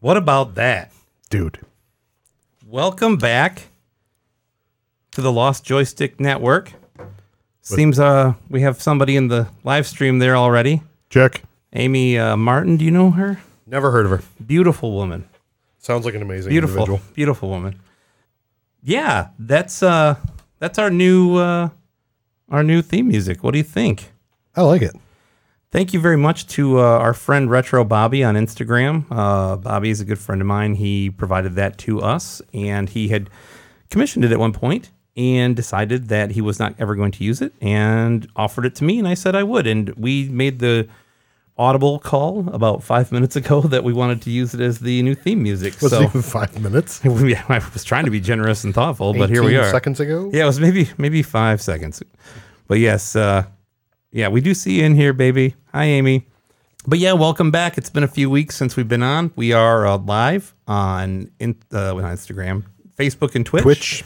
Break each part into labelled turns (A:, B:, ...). A: What about that?
B: dude.
A: Welcome back to the Lost Joystick Network. Seems uh we have somebody in the live stream there already.
B: Check.
A: Amy uh, Martin, do you know her?
C: Never heard of her.
A: Beautiful woman.
C: Sounds like an amazing
A: Beautiful.
C: individual.
A: Beautiful woman. Yeah, that's uh that's our new uh our new theme music. What do you think?
C: I like it.
A: Thank you very much to uh, our friend Retro Bobby on Instagram. Uh, Bobby is a good friend of mine. He provided that to us, and he had commissioned it at one point and decided that he was not ever going to use it and offered it to me, and I said I would. And we made the audible call about five minutes ago that we wanted to use it as the new theme music.
C: Was
A: so
C: it even five minutes?
A: yeah, I was trying to be generous and thoughtful, but here we
C: 18
A: are.
C: Seconds ago.
A: Yeah, it was maybe maybe five seconds. But yes, uh, yeah, we do see you in here, baby. Hi, Amy. But yeah, welcome back. It's been a few weeks since we've been on. We are uh, live on in, uh, on Instagram, Facebook, and Twitch.
C: Twitch.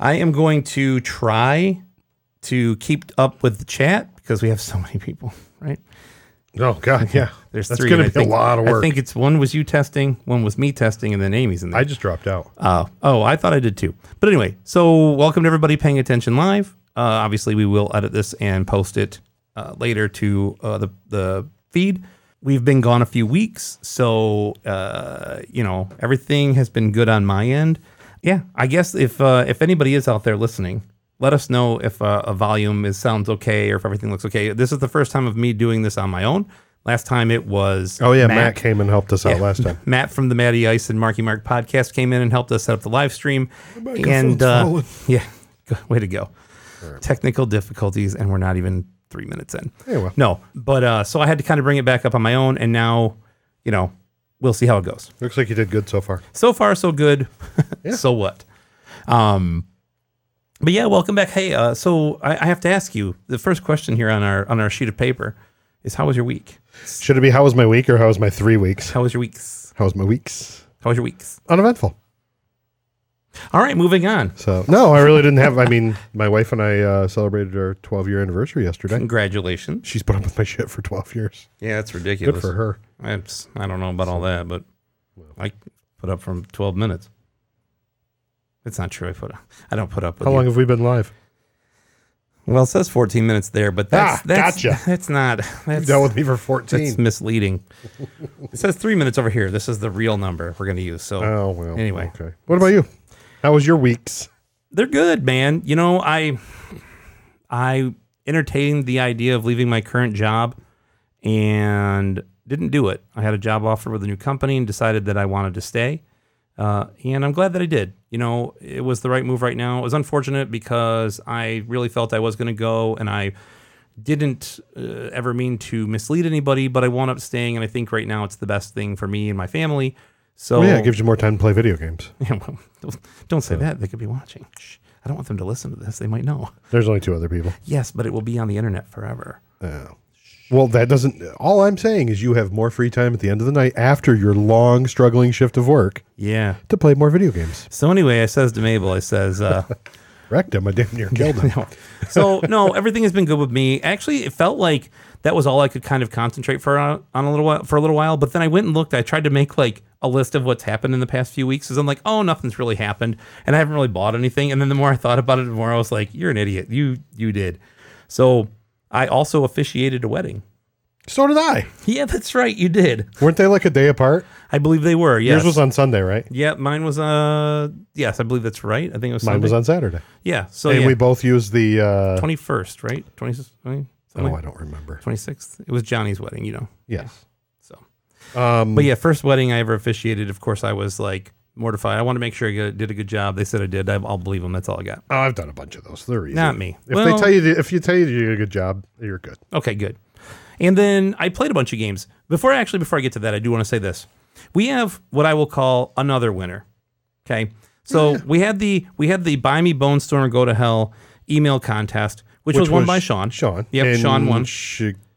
A: I am going to try to keep up with the chat because we have so many people, right?
C: Oh God, yeah.
A: There's
C: That's
A: three.
C: gonna
A: and I
C: be
A: think-
C: a lot of
A: I
C: work. I,
A: think it's one was you testing, one was me testing, and then Amy's in there.
C: just dropped out.
A: Oh, oh, I thought I did too. But anyway, so welcome to everybody paying attention live. Uh, obviously, we will edit this and post it uh, later to uh, the the feed. We've been gone a few weeks, so uh, you know everything has been good on my end. Yeah, I guess if uh, if anybody is out there listening, let us know if uh, a volume is sounds okay or if everything looks okay. This is the first time of me doing this on my own. Last time it was
C: Oh yeah, Matt, came and helped us out
A: yeah.
C: last time.
A: Matt from the Matty Ice and Marky Mark podcast came in and helped us set up the live stream. And uh, yeah, go- way to go. Technical difficulties, and we're not even three minutes in.
C: Yeah, well.
A: No, but uh, so I had to kind of bring it back up on my own, and now, you know, we'll see how it goes.
C: Looks like you did good so far.
A: So far, so good. so what? Um, but yeah, welcome back. Hey, uh, so I, I have to ask you the first question here on our on our sheet of paper is how was your week?
C: Should it be how was my week or how was my three weeks?
A: How was your weeks?
C: How was my weeks?
A: How was your weeks?
C: Uneventful.
A: All right, moving on.
C: So no, I really didn't have. I mean, my wife and I uh, celebrated our 12 year anniversary yesterday.
A: Congratulations.
C: She's put up with my shit for 12 years.
A: Yeah, that's ridiculous.
C: Good for her.
A: That's- I don't know about all that, but I put up from 12 minutes. It's not true. I put. I don't put up with
C: How
A: you.
C: long have we been live?
A: Well, it says 14 minutes there, but that's
C: Ah,
A: that's
C: gotcha.
A: that's not that's,
C: Dealt with me for 14.
A: that's misleading. it says three minutes over here. This is the real number we're going to use. So
C: Oh well.
A: Anyway.
C: okay. What about you? How was your weeks?
A: they're good, man. You know, I I entertained the idea of leaving my current job and didn't do it. I had a job offer with a new company and decided that I wanted to stay. Uh, and I'm glad that I did. You know, it was the right move right now. It was unfortunate because I really felt I was going to go and I didn't uh, ever mean to mislead anybody, but I wound up staying. And I think right now it's the best thing for me and my family. So,
C: Oh, yeah, it gives you more time to play video games.
A: yeah, well, don't- don't say that. They could be watching. Shh. I don't want them to listen to this. They might know.
C: There's only two other people.
A: Yes, but it will be on the internet forever.
C: Oh. Well, that doesn't. All I'm saying is you have more free time at the end of the night after your long, struggling shift of work
A: Yeah.
C: to play more video games.
A: So anyway, I says to Mabel, I says, uh,
C: Wrecked him. I damn near killed him.
A: no. so no, everything has been good with me. Actually, it felt like that was all I could kind of concentrate for on, on a little while for a little while. But then I went and looked. I tried to make like a list of what's happened in the past few weeks. Because I'm like, oh, nothing's really happened, and I haven't really bought anything. And then the more I thought about it, the more I was like, you're an idiot. You you did. So I also officiated a wedding.
C: So did I.
A: Yeah, that's right. You did.
C: Weren't they like a day apart?
A: I believe they were. Yes.
C: Yours was on Sunday, right?
A: yeah, mine was. Uh, yes, I believe that's right. I think it was.
C: Mine was on Saturday.
A: Yeah. So
C: and
A: Oh, yeah,
C: we both used the. Uh,
A: twenty first, right? Twenty sixth.
C: oh, I don't remember.
A: Twenty sixth. It was Johnny's wedding, you know.
C: Yes.
A: So,
C: Um,
A: but yeah, first wedding I ever officiated. Of course, I was like mortified. I want to make sure I got- did a good job. They said I did. I, I'll believe them. That's all I got.
C: oh, I've done a bunch of those. They're easy.
A: Not me.
C: If
A: Well-
C: they tell you, to, if you tell you to do a good job, you're good.
A: Okay, good. And then I played a bunch of games. Before actually, before I get to that, I do want to say this: we have what I will call another winner. Okay,
C: Oh,
A: so we had the we had the buy me Bone Storm or go to hell email contest, which, was won by Sean.
C: Sean.
A: Yep,
C: In
A: Sean won.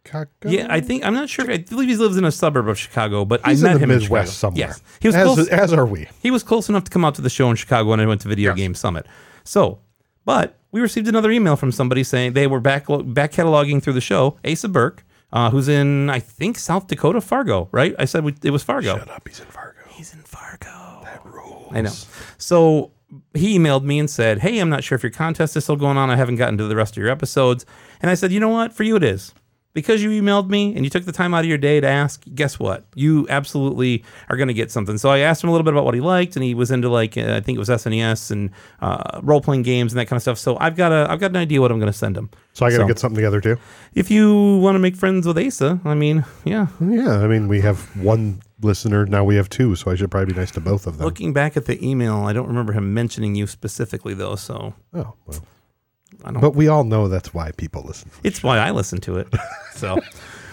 C: Chicago.
A: Yeah, I think I'm not sure. I believe he lives in a suburb of Chicago, but
C: He's
A: I met
C: in the
A: him in Chicago.
C: Midwest somewhere.
A: Yes, he was
C: as,
A: close.
C: as are we.
A: He was close enough to come out to the show in Chicago when I went to Video Game Summit. So, but we received another email from somebody saying they were back back cataloging through the show. Asa Burke, uh, who's in I think South Dakota, Fargo, right? I said we, it was Fargo.
C: Shut up. He's in Fargo.
A: He's in Fargo. That rules. I know. So he emailed me and said, Hey, I'm not sure if your contest is still going on. I haven't gotten to the rest of your episodes. And I said, You know what? For you, it is. Because you emailed me and you took the time out of your day to ask, guess what? You absolutely are going to get something. So I asked him a little bit about what he liked, and he was into like uh, I think it was SNES and uh, role playing games and that kind of stuff. So I've got a I've got an idea what I'm going to send him.
C: So I got to
A: So-
C: get something together too.
A: If you want to make friends with Asa, I mean, yeah,
C: Yeah, I mean, we have one listener now. We have two, so I should probably be nice to both of them.
A: Looking back at the email, I don't remember him mentioning you specifically though, so
C: oh, well.
A: I don't.
C: but we all know that's why people listen.
A: it's why I listen to it. So,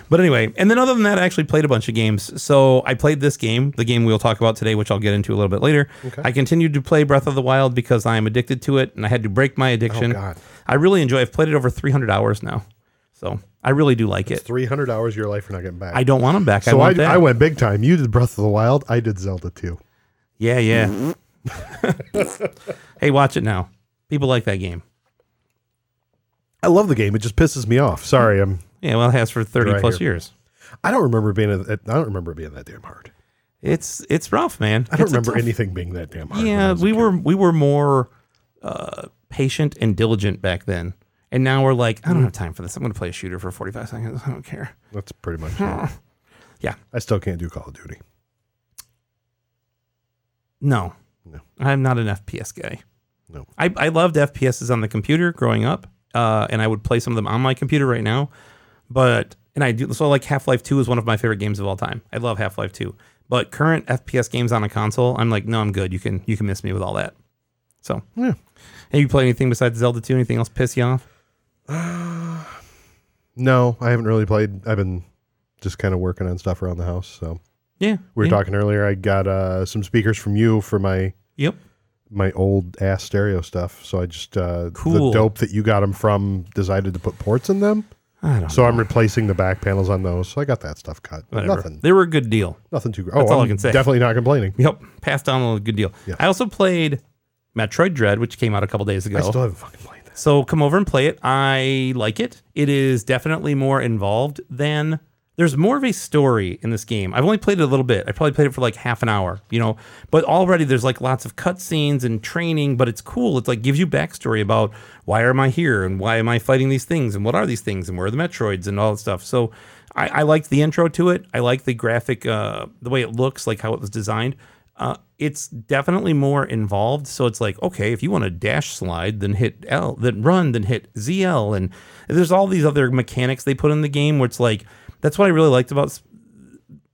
A: but anyway, and then other than that, I actually played a bunch of games. So I played this game, the game we'll talk about today, which I'll get into a little bit later. I continued to play Breath of the Wild because I am addicted to it, and I had to break my addiction.
C: Oh, God.
A: I really enjoy. I've played it over 300 hours now, so I really do like it.
C: Three hundred hours of your life, you're not getting back.
A: I don't want them back. I
C: so I,
A: want that.
C: I went big time. You did Breath of the Wild. I did Zelda too.
A: Yeah, yeah. hey, watch it now. People like that game.
C: I love the game. It just pisses me off. Sorry, I'm.
A: Yeah, well, it has for 30
C: Right
A: plus
C: here.
A: years.
C: I don't remember being. A, I don't remember being that damn hard.
A: It's it's rough, man.
C: I don't
A: It's a
C: remember
A: tough-
C: anything being that damn hard. when I
A: Yeah,
C: was a
A: we
C: kid.
A: were we were more uh, patient and diligent back then, and now we're like, I don't have time for this. I'm going to play a shooter for 45 seconds. I don't care.
C: That's pretty much. it.
A: Yeah.
C: I still can't do Call of Duty.
A: No,
C: No.
A: I'm not an FPS guy.
C: No.
A: I, I loved FPSs on the computer growing up, uh, and I would play some of them on my computer right now. But and I do so like Half Life Two is one of my favorite games of all time. I love Half Life Two, but current FPS games on a console, I'm like, no, I'm good. You can you can miss me with all that. So
C: Yeah.
A: and you play anything besides Zelda Two? Anything else piss you off?
C: No, I haven't really played. I've been just kind of working on stuff around the house. So
A: Yeah,
C: we were
A: yeah.
C: talking earlier. I got uh, some speakers from you for my
A: Yep.
C: my old ass stereo stuff. So I just uh,
A: Cool.
C: the dope that you got them from decided to put ports in them.
A: I don't.
C: So I'm replacing the back panels on those. So I got that stuff cut.
A: whatever.
C: Nothing,
A: They were a good deal.
C: nothing too. gr-
A: That's
C: oh,
A: all I
C: I'm
A: can say.
C: Definitely not complaining.
A: Yep, passed on a good deal.
C: Yeah.
A: I also played Metroid Dread, which came out a couple days ago.
C: I still haven't fucking played this.
A: So come over and play it. I like it. It is definitely more involved than there's more of a story in this game. I've only played it a little bit. I probably played it for like half an hour, you know. But already there's like lots of cutscenes and training, but it's cool. It's like gives you backstory about why am I here and why am I fighting these things and what are these things and where are the Metroids and all that stuff. So I, I liked the intro to it. I like the graphic, uh, the way it looks, like how it was designed uh, it's definitely more involved. So it's like, okay, if you want to dash slide, then hit L, then run, then hit ZL. And there's all these other mechanics they put in the game where it's like, that's what I really liked about.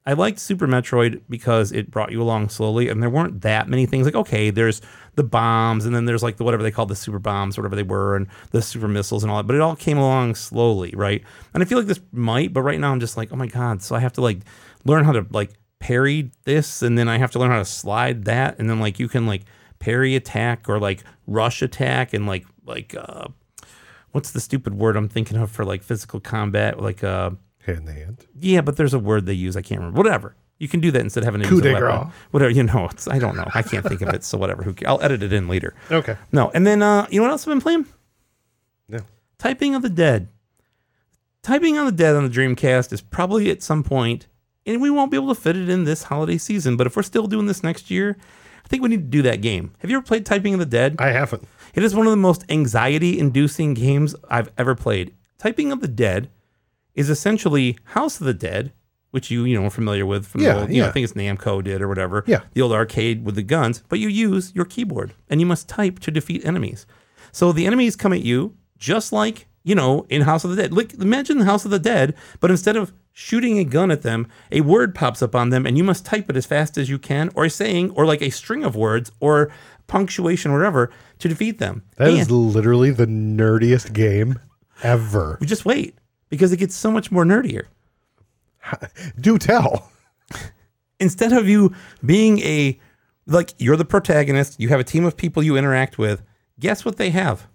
A: I liked Super Metroid because it brought you along slowly, and there weren't that many things. Like, okay, there's the bombs, and then there's like the whatever they called the super bombs, whatever they were, and the super missiles and all that. But it all came along slowly, right? And I feel like this might, but right now I'm just like, oh my god, so I have to like learn how to like parry this and then I have to learn how to slide that and then like you can like parry attack or like rush attack and like like uh what's the stupid word I'm thinking of for like physical combat like uh
C: Hand in hand.
A: yeah but there's a word they use I can't remember whatever you can do that instead of having to
C: Coup
A: use a
C: de
A: weapon.
C: grace.
A: whatever you know it's I don't know I can't think of it so whatever who ca- I'll edit it in later
C: Okay.
A: no and then uh you know what else I've been playing
C: Yeah.
A: Typing of the Dead. Typing of the Dead on the Dreamcast is probably at some point, and we won't be able to fit it in this holiday season. But if we're still doing this next year, I think we need to do that game. Have you ever played Typing of the Dead?
C: I haven't.
A: It is one of the most anxiety inducing games I've ever played. Typing of the Dead is essentially House of the Dead, which you, you know, are familiar with from
C: Yeah,
A: the old, you know, I
C: yeah.
A: think it's Namco did or whatever.
C: Yeah.
A: The old arcade with the guns, but you use your keyboard and you must type to defeat enemies. So the enemies come at you just like, you know, in House of the Dead. Like imagine the House of the Dead, but instead of shooting a gun at them, a word pops up on them and you must type it as fast as you can or a saying or like a string of words or punctuation or whatever to defeat them.
C: That is
A: And-
C: literally the nerdiest game ever.
A: we just wait because it gets so much more nerdier.
C: Do tell.
A: Instead of you being a like you're the protagonist, you have a team of people you interact with. Guess what they have?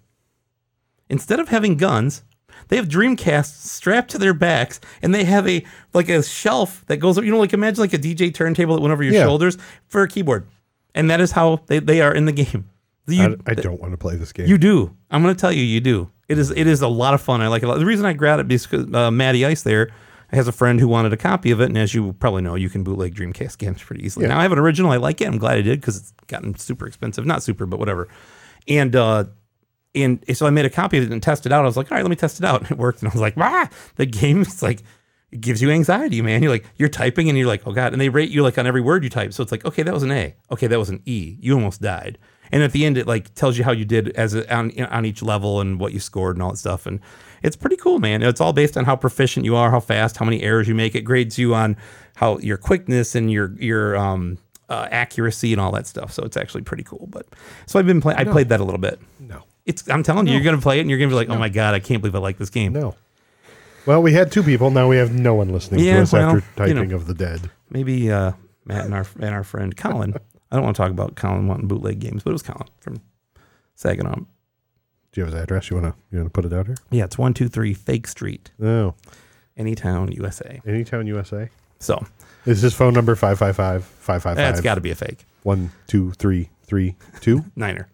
A: Instead of having guns, they have Dreamcasts strapped to their backs, and they have a like a shelf that goes. You know, like imagine like a DJ turntable that went over your
C: Yeah.
A: shoulders for a keyboard, and that is how they, they are in the game. You-
C: I, I don't want to play this game.
A: You do. I'm going to tell you, you do. It is. It is a lot of fun. I like it. a lot. The reason I grabbed it because uh, Matty Ice there has a friend who wanted a copy of it, and as you probably know, you can bootleg Dreamcast games pretty easily.
C: Yeah.
A: Now I have an original. I like it. I'm glad I did because it's gotten super expensive. Not super, but whatever. And uh, and so I made a copy of it and tested it out. I was like, all right, let me test it out, and it worked. And I was like, ah, the game is like. It gives you anxiety, man. You're like you're typing and you're like, oh god, and they rate you like on every word you type. So it's like, okay, that was an A. Okay, that was an E. You almost died. And at the end, it like tells you how you did as a, on on each level and what you scored and all that stuff. And it's pretty cool, man. It's all based on how proficient you are, how fast, how many errors you make. It grades you on how your quickness and your your um, uh, accuracy and all that stuff. So it's actually pretty cool. But so I've been playing. I played that a little bit.
C: No.
A: It's I'm telling you, you're gonna play it and you're gonna be like, oh my god, I can't believe I like this game.
C: No. Well, we had two people. Now we have no one listening
A: Yeah,
C: to us
A: well,
C: after
A: you
C: typing
A: know.
C: of the dead.
A: maybe uh, Matt and our and our friend Colin. I don't want to talk about Colin wanting bootleg games, but it was Colin from Saginaw.
C: Do you have his address? You wanna you wanna put it out here?
A: Yeah, it's one two three Fake Street,
C: No.
A: Anytown, USA.
C: Anytown, USA.
A: So
C: Is his phone number 555
A: that's
C: 555
A: got to be a fake
C: one two three three two?
A: niner.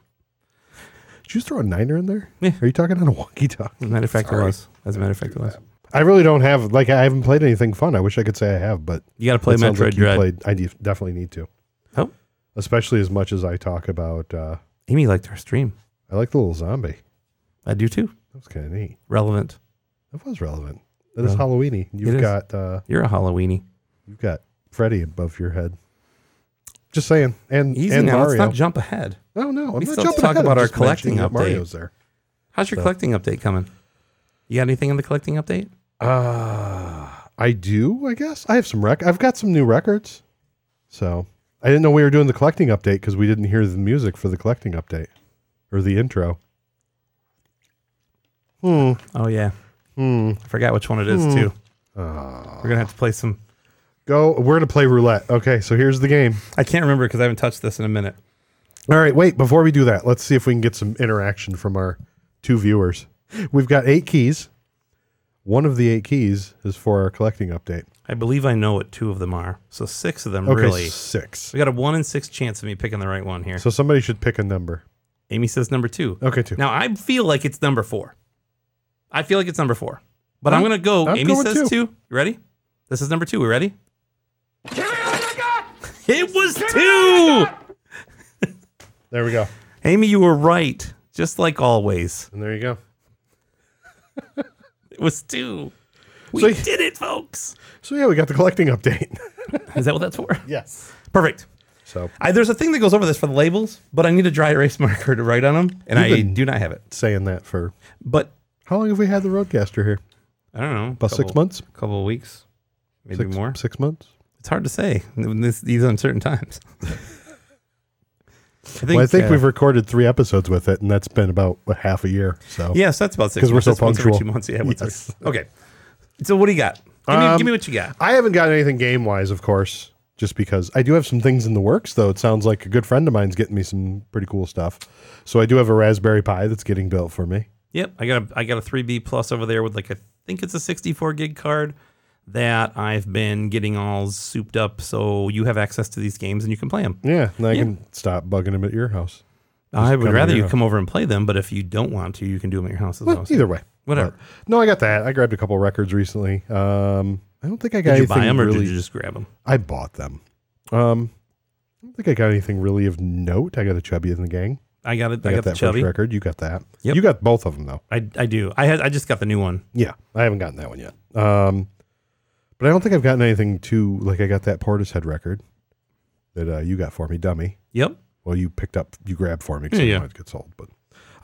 C: Did you just throw a niner in there?
A: Yeah.
C: Are you talking on a walkie talkie?
A: As a matter of fact, it
C: Sorry.
A: was. As a matter of fact, it was.
C: I really don't have like I haven't played anything fun. I wish I could say I have, but
A: You got to play
C: it sounds
A: Metroid
C: like you
A: Dread.
C: Played, I de- definitely need to.
A: Oh.
C: Especially as much as I talk about uh
A: Amy liked our stream.
C: I like the little zombie.
A: I do too.
C: That was kinda neat.
A: Relevant.
C: That was relevant. That is
A: Yeah.
C: Halloweeny. You've
A: is.
C: got uh
A: You're a Halloweeny.
C: you've got Freddy above your head. Just saying. And
A: Easy
C: and
A: now. Let's
C: Mario.
A: not jump ahead.
C: oh no, I'm
A: we
C: not
A: still have to
C: jumping
A: talk
C: ahead. I'm
A: about our
C: just
A: collecting
C: mentioning that
A: update.
C: Mario's there.
A: How's your
C: So-
A: collecting update coming? You got anything in the collecting update?
C: Uh, I do, I guess. I have some rec. I've got some new records. So I didn't know we were doing the collecting update because we didn't hear the music for the collecting update or the intro. Hmm.
A: Oh yeah,
C: Hmm. Ah.
A: I forgot which one it is too. We're gonna have to play some
C: Go. We're gonna play roulette. Okay. So here's the game.
A: I can't remember because I haven't touched this in a minute.
C: All right. Wait. Before we do that, let's see if we can get some interaction from our two viewers. We've got eight keys. One of the eight keys is for our collecting update.
A: I believe I know what two of them are. So six of them
C: Okay.
A: really.
C: Six.
A: We got a one in six chance of me picking the right one here.
C: So somebody should pick a number.
A: Amy says number two.
C: Okay. Two.
A: Now I feel like it's number four. I feel like it's number four. But I'm,
C: I'm-
A: gonna go.
C: I'm
A: Amy
C: going
A: says
C: two.
A: two. You ready? This is number two. We ready? It was two.
C: There we go.
A: Amy, you were right. Just like always.
C: And there you go.
A: It was two. We
C: So-
A: did it, folks.
C: So yeah, we got the collecting update.
A: Is that what that's for?
C: yes.
A: Perfect.
C: So
A: I, there's a thing that goes over this for the labels, but I need a dry erase marker to write on them, and I
C: You've been-
A: do not have it.
C: saying that for
A: But
C: how long have we had the roadcaster here?
A: I don't know,
C: About six months.
A: couple of weeks, maybe
C: Six,
A: more.
C: Six months.
A: It's hard to say in this, these uncertain times. I think,
C: well, I think
A: uh,
C: we've recorded three episodes with it, and that's been about what, half a year. So
A: yes, that's about six
C: 'Cause we're
A: months.
C: so
A: That's once every
C: punctual.
A: two months, yeah, once every-
C: Yes.
A: Okay, so what do you got? Give me,
C: Um,
A: give me what you got.
C: I haven't got anything game wise, of course, just because I do have some things in the works. Though it sounds like a good friend of mine's getting me some pretty cool stuff. So I do have a Raspberry Pi that's getting built for me.
A: Yep, I got a I got a three B plus over there with like I think it's a sixty four gig card that I've been getting all souped up, so you have access to these games and you can play them.
C: Yeah, and I
A: Yeah.
C: can stop bugging him at your house.
A: I
C: come
A: would
C: to
A: rather
C: your
A: you
C: house.
A: come over and play them, but if you don't want to, you can do them at your house as well.
C: Well, either way,
A: Whatever.
C: But- no, I got that. I grabbed a couple records recently. Um, I don't think I got
A: Did you
C: anything
A: buy them or
C: really
A: did you just grab them?
C: I bought them. Um, I don't think I got anything really of note. I got a chubby in the gang.
A: I got it.
C: I,
A: I, got, the
C: that
A: chubby.
C: first record. You got that.
A: Yep.
C: You got both of them though.
A: I, I do. I had I just got the new one.
C: Yeah, I haven't gotten that one yet. Um, but I don't think I've gotten anything too like I got that Portishead record that uh, you got for me, dummy.
A: Yep.
C: Well, you picked up, you grabbed for me. 'cause
A: Yeah,
C: I
A: yeah.
C: know It gets sold, but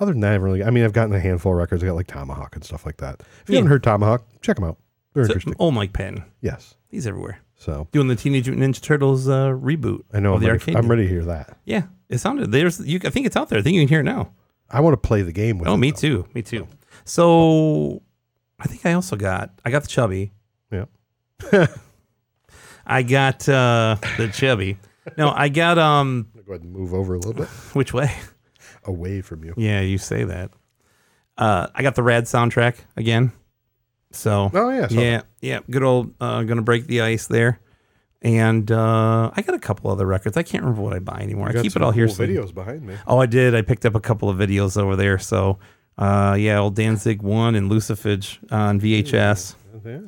C: other than that, I haven't really. I mean, I've gotten a handful of records. I got like Tomahawk and stuff like that. If you
A: Yeah.
C: haven't heard Tomahawk, check them out. They're
A: So,
C: interesting.
A: oh, Mike Patton.
C: Yes.
A: He's everywhere.
C: So
A: Doing the Teenage Mutant Ninja Turtles uh, reboot.
C: I know
A: Of
C: I'm
A: the
C: ready,
A: arcade.
C: I'm ready to hear that.
A: Yeah. It sounded there's you. I think it's out there. I think you can hear it now.
C: I want to play the game with.
A: Oh,
C: it,
A: me
C: though.
A: too. Me too. So I think I also got I got the chubby.
C: Yep.
A: I got uh, the chubby. No, I got um.
C: I'm gonna go ahead and move over a little bit
A: Which way?
C: away from you.
A: Yeah, you say that. Uh, I got the rad soundtrack again. So
C: Oh yeah, so
A: yeah, yeah, good old uh, gonna break the ice there. And uh, I got a couple other records. I can't remember what I buy anymore.
C: got
A: I keep it
C: some
A: all here.
C: cool
A: so-
C: videos behind me.
A: Oh, I did. I picked up a couple of videos over there. So uh, yeah, old Danzig one and Lucifage on VHS.
C: Yeah.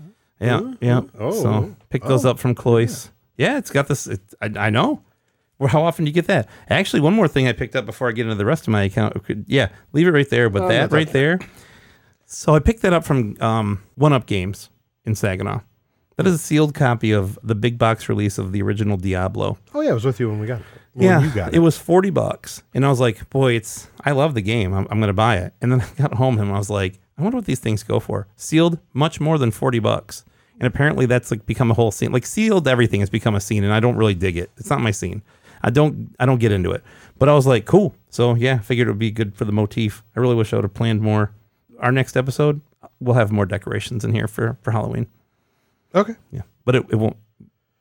A: Yeah, yeah.
C: Mm-hmm. Oh.
A: so pick those up from Cloyce. Yeah. it's got this. It, I, I know. Well, how often do you get that? Actually, one more thing I picked up before I get into the rest of my account. Okay, Yeah, leave it right there. But that right there. So I picked that up from um, One Up Games in Saginaw. That is a sealed copy of the big box release of the original Diablo.
C: Oh yeah, I was with you when we got it. When
A: Yeah,
C: you got it.
A: was forty bucks, and I was like, "Boy, it's I love the game. I'm, I'm going to buy it." And then I got home and I was like, "I wonder what these things go for." Sealed, much more than forty bucks, and apparently that's like become a whole scene. Like sealed, everything has become a scene, and I don't really dig it. It's not my scene. I don't I don't get into it. But I was like, "Cool." So yeah, figured it would be good for the motif. I really wish I would have planned more. Our next episode, we'll have more decorations in here for for Halloween.
C: Okay.
A: Yeah, but it, it won't.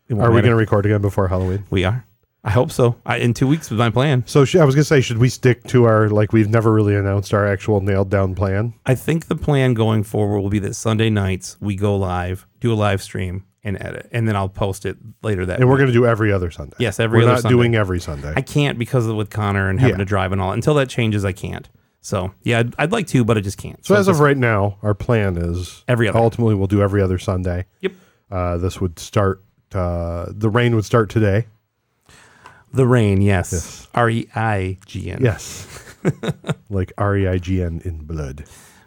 A: It won't
C: Are we
A: matter.
C: going to record again before Halloween?
A: We are. I hope so. I, in two weeks was my plan.
C: So sh- I was going to say, should we stick to our like we've never really announced our actual nailed down plan?
A: I think the plan going forward will be that Sunday nights we go live, do a live stream, and edit, and then I'll post it later that.
C: And we're
A: week.
C: going to do every other Sunday.
A: Yes, every
C: We're
A: other
C: not
A: Sunday.
C: doing every Sunday.
A: I can't because of with Connor and having
C: Yeah.
A: to drive and all. Until that changes, I can't. So yeah, I'd, I'd like to, but I just can't.
C: so as
A: just-
C: of right now, our plan is
A: Every other.
C: Ultimately, we'll do every other Sunday.
A: Yep.
C: Uh, this would start. Uh, the rain would start today.
A: the rain, yes,
C: Yes.
A: R E I G N.
C: Yes. like R E I G N in blood.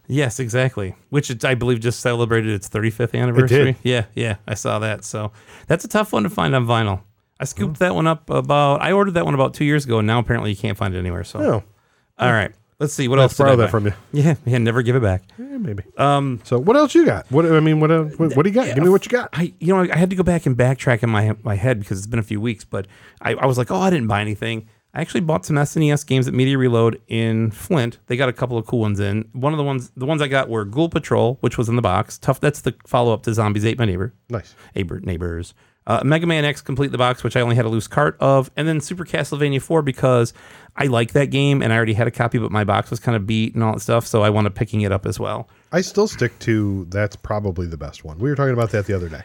A: Yes, exactly. Which it, I believe just celebrated its 35th anniversary. Yeah, yeah, I saw that. So that's a tough one to find on vinyl. I scooped
C: Mm-hmm.
A: that one up about. I ordered that one about two years ago, and now apparently you can't find it anywhere. So
C: Oh,
A: all right, let's see what
C: let's
A: else. did I
C: borrow that
A: buy?
C: from you.
A: Yeah, yeah, never give it back.
C: Yeah, maybe.
A: Um,
C: So what else you got? What I mean, what uh, what, what do you got? Give me what you got.
A: I you know I, I had to go back and backtrack in my my head because it's been a few weeks, but I, I was like, oh, I didn't buy anything. I actually bought some SNES games at Media Reload in Flint. They got a couple of cool ones in. One of the ones the ones I got were Ghoul Patrol, which was in the box. Tough. That's the follow up to Zombies Ate My Neighbor.
C: Nice.
A: Abert neighbors. Uh, Mega Man X complete the box, which I only had a loose cart of, and then Super Castlevania 4 because I like that game and I already had a copy, but my box was kind of beat and all that stuff, so I wound up picking it up as well.
C: I still stick to that's probably the best one. We were talking about that the other day.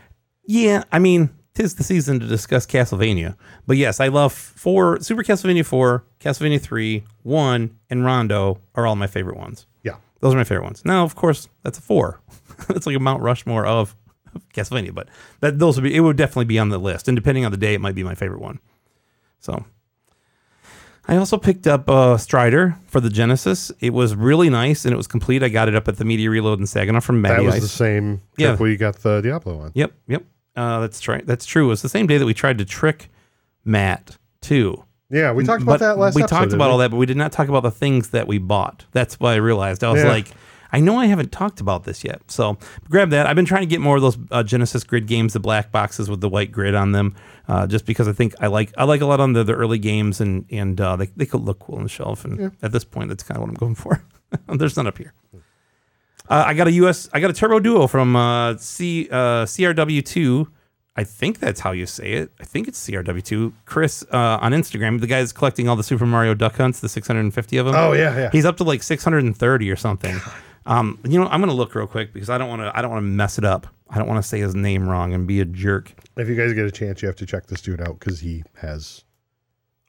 A: Yeah, I mean, tis the season to discuss Castlevania, but yes, I love four Super Castlevania 4, Castlevania 3, 1, and Rondo are all my favorite ones.
C: Yeah.
A: Those are my favorite ones. Now, of course, that's a four. that's like a Mount Rushmore of Castlevania, but that those would be it would definitely be on the list. And depending on the day, it might be my favorite one. So I also picked up uh, Strider for the Genesis. It was really nice and it was complete. I got it up at the Media Reload in Saginaw from
C: That
A: Matty
C: was
A: Ice.
C: the same
A: Yeah.
C: trip we got the Diablo on.
A: Yep, yep. Uh, that's right. That's true. It was the same day that we tried to trick Matt too.
C: Yeah, we talked
A: But
C: about that last
A: we
C: episode.
A: talked
C: didn't
A: about
C: we?
A: all that, but we did not talk about the things that we bought. That's what I realized. I was
C: Yeah.
A: like, I know I haven't talked about this yet. So grab that. I've been trying to get more of those uh, Genesis grid games, the black boxes with the white grid on them, uh, just because I think I like I like a lot on the, the early games and and uh, they they could look cool on the shelf. And at this point, that's kind of what I'm going for. There's none up here. Uh, I got a US. I got a Turbo Duo from uh, C uh, CRW2. I think that's how you say it. I think it's CRW2. Chris uh, on Instagram, the guy that's collecting all the Super Mario Duck Hunts, the 650 of them.
C: Oh, yeah, yeah.
A: He's up to like 630 or something. Um, you know, I'm gonna look real quick because I don't want to. I don't want to mess it up. I don't want to say his name wrong and be a jerk.
C: If you guys get a chance, you have to check this dude out because he has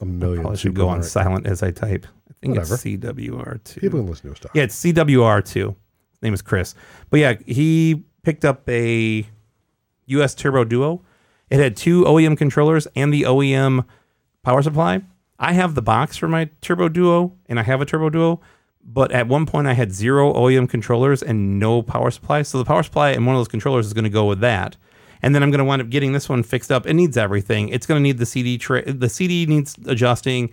C: a million.
A: Probably should
C: Super
A: go on
C: Mario-
A: silent as I type. I think
C: Whatever.
A: it's CWR2.
C: People can listen to his stuff.
A: Yeah, it's CWR2. His name is Chris. But yeah, he picked up a US Turbo Duo. It had two OEM controllers and the OEM power supply. I have the box for my Turbo Duo and I have a Turbo Duo, but at one point I had zero OEM controllers and no power supply. So the power supply and one of those controllers is going to go with that. And then I'm going to wind up getting this one fixed up. It needs everything. It's going to need the CD tray. The CD needs adjusting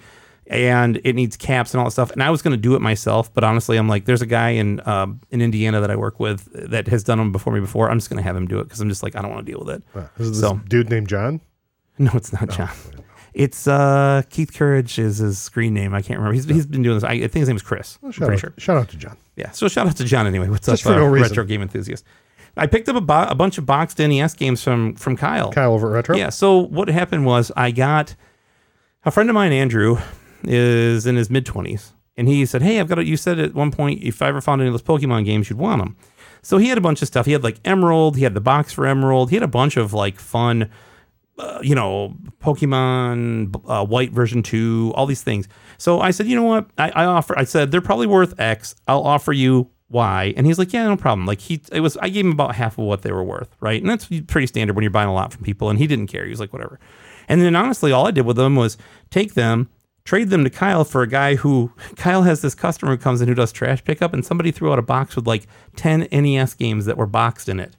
A: and it needs caps and all that stuff. And I was going to do it myself, but honestly, I'm like, there's a guy in um, in Indiana that I work with that has done them before me before. I'm just going to have him do it because I'm just like, I don't want to deal with it.
C: Uh, this is this Oh,
A: So-
C: dude named John.
A: No, it's not John. It's uh, Keith Courage is his screen name. I can't remember. He's, he's been doing this. I, I think his name is Chris. I'm
C: Shout
A: pretty
C: out,
A: sure.
C: shout out to John.
A: Yeah. So shout out to John anyway. What's
C: Just
A: up,
C: for no
A: uh,
C: reason.
A: retro game enthusiast? I picked up a, bo- a bunch of boxed NES games from from Kyle.
C: Kyle over at Retro.
A: Yeah. So what happened was I got a friend of mine, Andrew, is in his mid twenties, and he said, "Hey, I've got. A, you said at one point if I ever found any of those Pokemon games, you'd want them." So he had a bunch of stuff. He had like Emerald. He had the box for Emerald. He had a bunch of like fun, uh, you know, Pokemon uh, White version two, all these things. So I said, you know what? I, I offer. I said they're probably worth X. I'll offer you why. And he's like, yeah, no problem. Like he, it was, I gave him about half of what they were worth, right? And that's pretty standard when you're buying a lot from people. And he didn't care. He was like, whatever. And then honestly, all I did with them was take them, trade them to Kyle for a guy who Kyle has this customer who comes in who does trash pickup, and somebody threw out a box with like ten NES games that were boxed in it,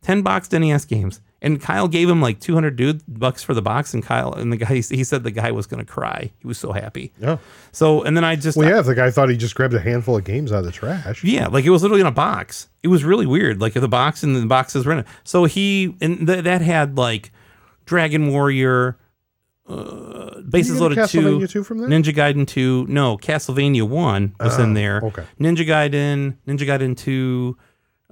A: ten boxed NES games. And Kyle gave him like 200 dude bucks for the box, and Kyle and the guy he said the guy was gonna cry. He was so happy.
C: Yeah.
A: So and then I just
C: Well, yeah, if the guy thought he just grabbed a handful of games out of the trash.
A: yeah, like it was literally in a box. It was really weird. Like the box and the boxes were in it. So he and th- that had like Dragon Warrior, uh, Bases
C: Did you get
A: Loaded
C: a Castlevania
A: Two,
C: 2 from there? Oh,
A: Ninja Gaiden Two. No, Castlevania One was in there.
C: okay.
A: Ninja Gaiden, Ninja Gaiden Two,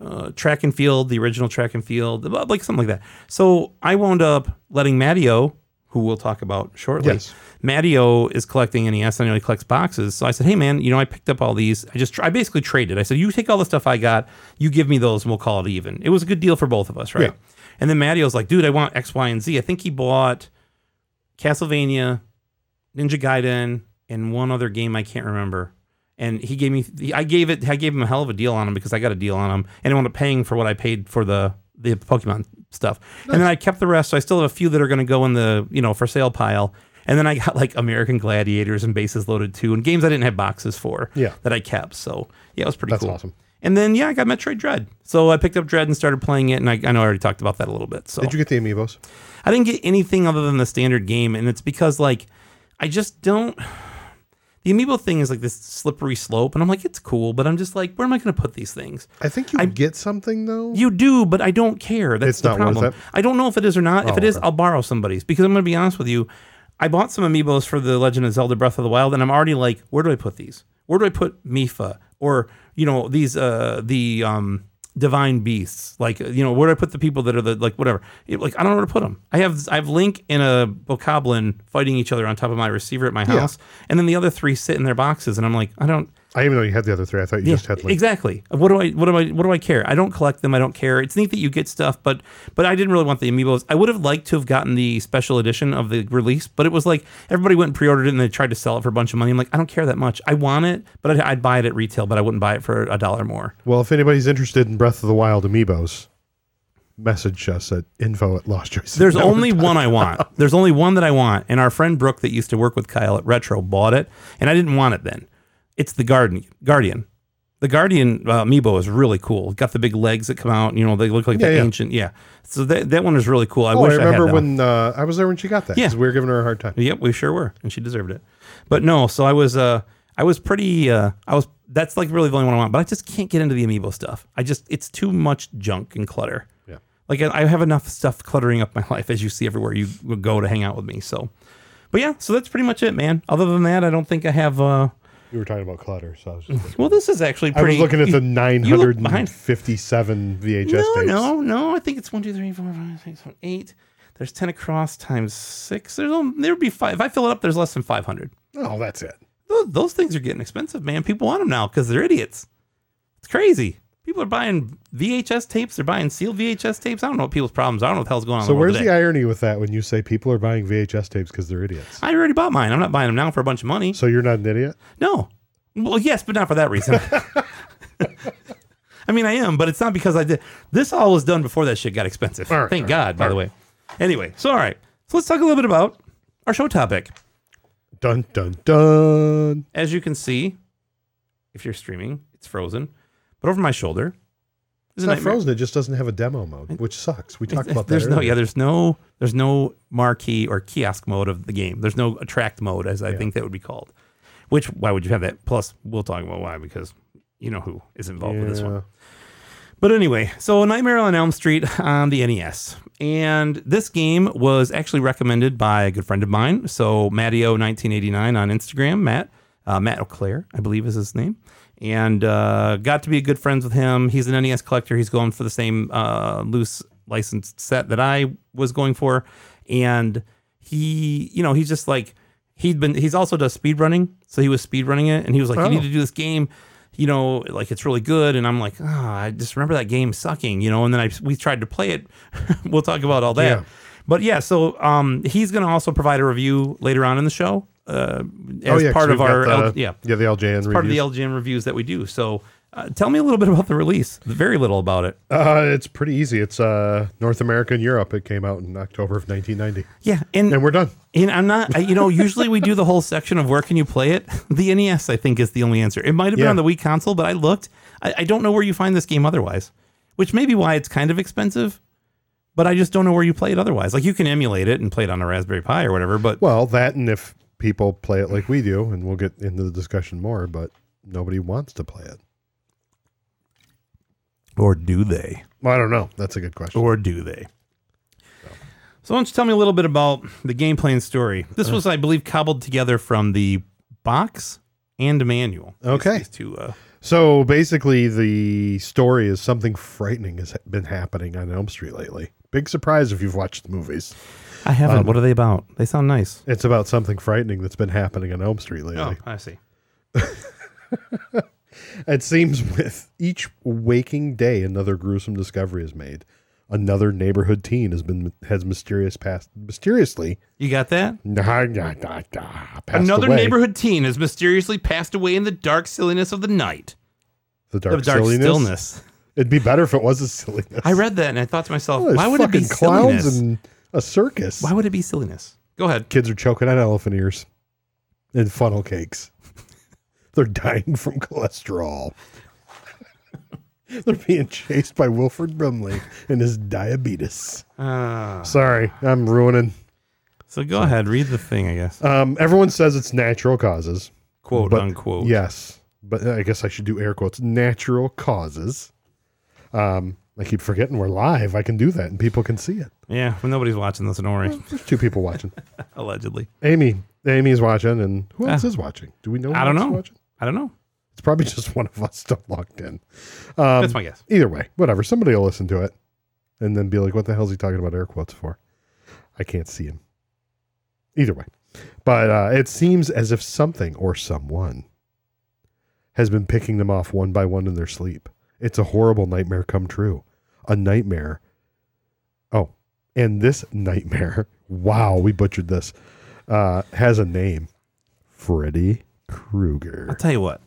A: uh, Track and Field, the original Track and Field, about- like something like that. So I wound up letting Matteo, who we'll talk about shortly.
C: Yes.
A: Matteo is collecting NES and I know he collects boxes. So I said, hey man, you know I picked up all these. I just I basically traded. I said, you take all the stuff I got, you give me those, and we'll call it even. It was a good deal for both of us, right?
C: Yeah.
A: And then Matteo's like, dude, I want X, Y, and Z. I think he bought Castlevania, Ninja Gaiden, and one other game I can't remember. And he gave me, he- I gave it, I gave him a hell of a deal on him because I got a deal on him, and I wound up paying for what I paid for the the Pokemon stuff. And then I kept the rest, so I still have a few that are going to go in the you know for sale pile. And then I got like American Gladiators and Bases Loaded 2 and games I didn't have boxes for
C: Yeah.
A: that I kept. So yeah, it was pretty
C: That's
A: cool.
C: awesome.
A: And then yeah, I got Metroid Dread. So I picked up Dread and started playing it, and I, I know I already talked about that a little bit. So
C: Did you get the amiibos?
A: I didn't get anything other than the standard game, and it's because like I just don't. The amiibo thing is like this slippery slope, and I'm like, it's cool, but I'm just like, where am I going to put these things?
C: I think you get something though.
A: You do, but I don't care. That's
C: It's
A: the
C: not worth
A: problem.
C: it? Oh,
A: I don't know if it is or not. if it is, I'll borrow somebody's because I'm going to be honest with you. I bought some amiibos for the Legend of Zelda Breath of the Wild, and I'm already like, where do I put these? Where do I put Mifa or you know these uh the um divine beasts? Like you know where do I put the people that are the like whatever? It- like I don't know where to put them. I have I have Link and a Bokoblin fighting each other on top of my receiver at my house, and then the other three sit in their boxes, and I'm like, I don't.
C: I even though you had the other three, I thought you just had like
A: Exactly. What do I? What do I? What do I care? I don't collect them. I don't care. It's neat that you get stuff, but but I didn't really want the amiibos. I would have liked to have gotten the special edition of the release, but it was like everybody went and pre-ordered it and they tried to sell it for a bunch of money. I'm like, I don't care that much. I want it, but I'd, I'd buy it at retail, but I wouldn't buy it for a dollar more.
C: Well, if anybody's interested in Breath of the Wild amiibos, message us at info at Lost Choices.
A: There's only one I want. There's only one that I want. And our friend Brooke that used to work with Kyle at Retro bought it, and I didn't want it then. It's the Guardian. Guardian. The Guardian uh, amiibo is really cool. It's got the big legs that come out. You know, they look like the
C: Yeah, yeah.
A: ancient. Yeah. So that, that one is really cool. I
C: Oh, I
A: wish I had
C: remember
A: that one.
C: when uh, I was there when she got that. 'cause
A: Yeah.
C: we were giving her a hard time.
A: Yep, we sure were, and she deserved it. But no, so I was, uh, I was pretty, uh, I was. That's like really the only one I want. But I just can't get into the amiibo stuff. I just, it's too much junk and clutter.
C: Yeah.
A: Like I, I have enough stuff cluttering up my life, as you see everywhere you go to hang out with me. So, but yeah, so that's pretty much it, man. Other than that, I don't think I have. Uh,
C: You were talking about clutter, so I was, just,
A: well, this is actually
C: I
A: pretty.
C: was looking at the
A: you look behind-
C: 957 VHS
A: no,
C: tapes.
A: no, no. I think it's one, two, three, four, five, six, seven, eight. There's ten across times six. There's only- there'd be five. If I fill it up, there's less than five hundred.
C: Oh, that's it.
A: those, those things are getting expensive, man. People want them now because they're idiots. It's crazy. People are buying VHS tapes. They're buying sealed VHS tapes. I don't know what people's problems. are. I don't know what the hell's going on.
C: So
A: in the world
C: where's the
A: today.
C: irony with that when you say people are buying VHS tapes because they're idiots?
A: I already bought mine. I'm not buying them now for a bunch of money.
C: So you're not an idiot?
A: No. Well, yes, but not for that reason. I mean, I am, but it's not because I did. This all was done before that shit got expensive.
C: All right,
A: Thank
C: all right,
A: God, by the way. Anyway, so all right. So let's talk a little bit about our show topic.
C: Dun dun dun.
A: As you can see, if you're streaming, it's frozen. But over my shoulder is
C: It's
A: a
C: not
A: nightmare.
C: frozen. It just doesn't have a demo mode, which sucks. We talked about that.
A: there's no
C: earlier.
A: yeah there's no there's no marquee or kiosk mode of the game there's no attract mode as i think that would be called which why would you have that plus we'll talk about why because you know who is involved with this one
C: Yeah.
A: but anyway, so Nightmare on Elm Street on the NES. And this game was actually recommended by a good friend of mine. So, Matteo1989 on Instagram, Matt. Uh, Matt O'Clair, I believe is his name. And uh, got to be good friends with him. He's an NES collector. He's going for the same uh, loose licensed set that I was going for. And he, you know, he's just like, he'd been, he's also does speed running. So he was speed running it. And he was like, you need to do this game you know, like it's really good. And I'm like, oh, I just remember that game sucking, you know. And then I we tried to play it. we'll talk about all that.
C: Yeah.
A: But yeah, so um, he's going to also provide a review later on in the show uh, as
C: Oh yeah, 'cause
A: part of
C: we've got
A: our
C: the,
A: L- yeah
C: yeah the LJN
A: part of the
C: reviews.
A: LGN reviews that we do. So Uh, tell me a little bit about the release. Very little about it.
C: Uh, it's pretty easy. It's uh, North America and Europe. It came out in October of 1990,
A: Yeah,
C: and we're done.
A: And I'm not, I- you know, usually we do the whole section of where can you play it. The NES, I think, is the only answer. It might have been
C: Yeah.
A: on the Wii console, but I looked. I, I don't know where you find this game otherwise, which may be why it's kind of expensive, but I just don't know where you play it otherwise. Like you can emulate it and play it on a Raspberry Pi or whatever, but
C: Well, that and if people play it like we do, and we'll get into the discussion more, but nobody wants to play it.
A: or do they?
C: Well, I don't know. That's a good question.
A: Or do they? So, why don't you tell me a little bit about the gameplay and story? This was, I believe, cobbled together from the box and manual. These-
C: Okay.
A: these two, uh,
C: So basically, the story is something frightening has been happening on Elm Street lately. Big surprise if you've watched the movies.
A: I haven't. uh, what are they about? They sound nice.
C: It's about something frightening that's been happening on Elm Street lately.
A: Oh, I see.
C: It seems with each waking day, another gruesome discovery is made. Another neighborhood teen has been has mysterious passed mysteriously
A: You got that?
C: passed
A: Another
C: away.
A: neighborhood teen has mysteriously passed away in the dark silliness of the night.
C: The dark,
A: Of dark
C: silliness.
A: stillness.
C: It'd be better if it was a silliness.
A: I read that and I thought to myself,
C: Oh, there's
A: why would it be
C: fucking clowns
A: silliness?
C: and a circus?
A: Why would it be silliness? Go ahead.
C: Kids are choking on elephant ears and funnel cakes. They're dying from cholesterol. They're being chased by Wilfred Brimley and his diabetes.
A: Uh,
C: Sorry, I'm ruining.
A: so go ahead, read the thing, I guess.
C: Um, everyone says it's natural causes.
A: Quote
C: but-
A: unquote.
C: Yes, but I guess I should do air quotes. Natural causes. Um, I keep forgetting we're live. I can do that, and people can see it.
A: Yeah, well, nobody's watching this, don't worry.
C: There's two people watching.
A: Allegedly.
C: Amy, Amy's watching, and who else
A: Ah.
C: is watching? Do we know? Who
A: I don't
C: else is
A: know.
C: Watching?
A: I don't know.
C: It's probably just one of us still locked in. Um,
A: That's my guess.
C: Either way, whatever. Somebody will listen to it and then be like, what the hell is he talking about air quotes for? I can't see him. Either way. But uh, it seems as if something or someone has been picking them off one by one in their sleep. It's a horrible nightmare come true. A nightmare. Oh, and this nightmare, wow, we butchered this, uh, has a name Freddy
A: I'll
C: Krueger.
A: tell you what.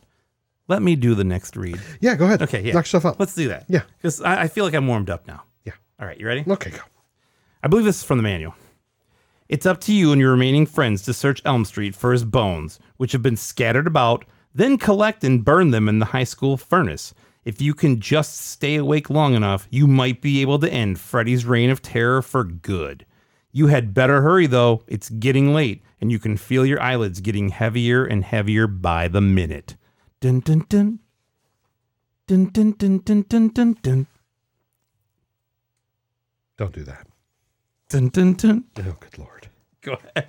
A: Let me do the next read.
C: Yeah, go ahead.
A: Okay, yeah.
C: Knock stuff out.
A: Let's do that.
C: Yeah.
A: Because I, I feel like I'm warmed up now.
C: Yeah.
A: All right, you ready?
C: Okay, go.
A: I believe this is from the manual. It's up to you and your remaining friends to search Elm Street for his bones, which have been scattered about, then collect and burn them in the high school furnace. If you can just stay awake long enough, you might be able to end Freddy's reign of terror for good. You had better hurry, though. It's getting late, and you can feel your eyelids getting heavier and heavier by the minute. Dun dun dun. Dun dun dun dun dun dun dun
C: Don't do that.
A: dun dun dun.
C: Oh, good lord.
A: Go ahead.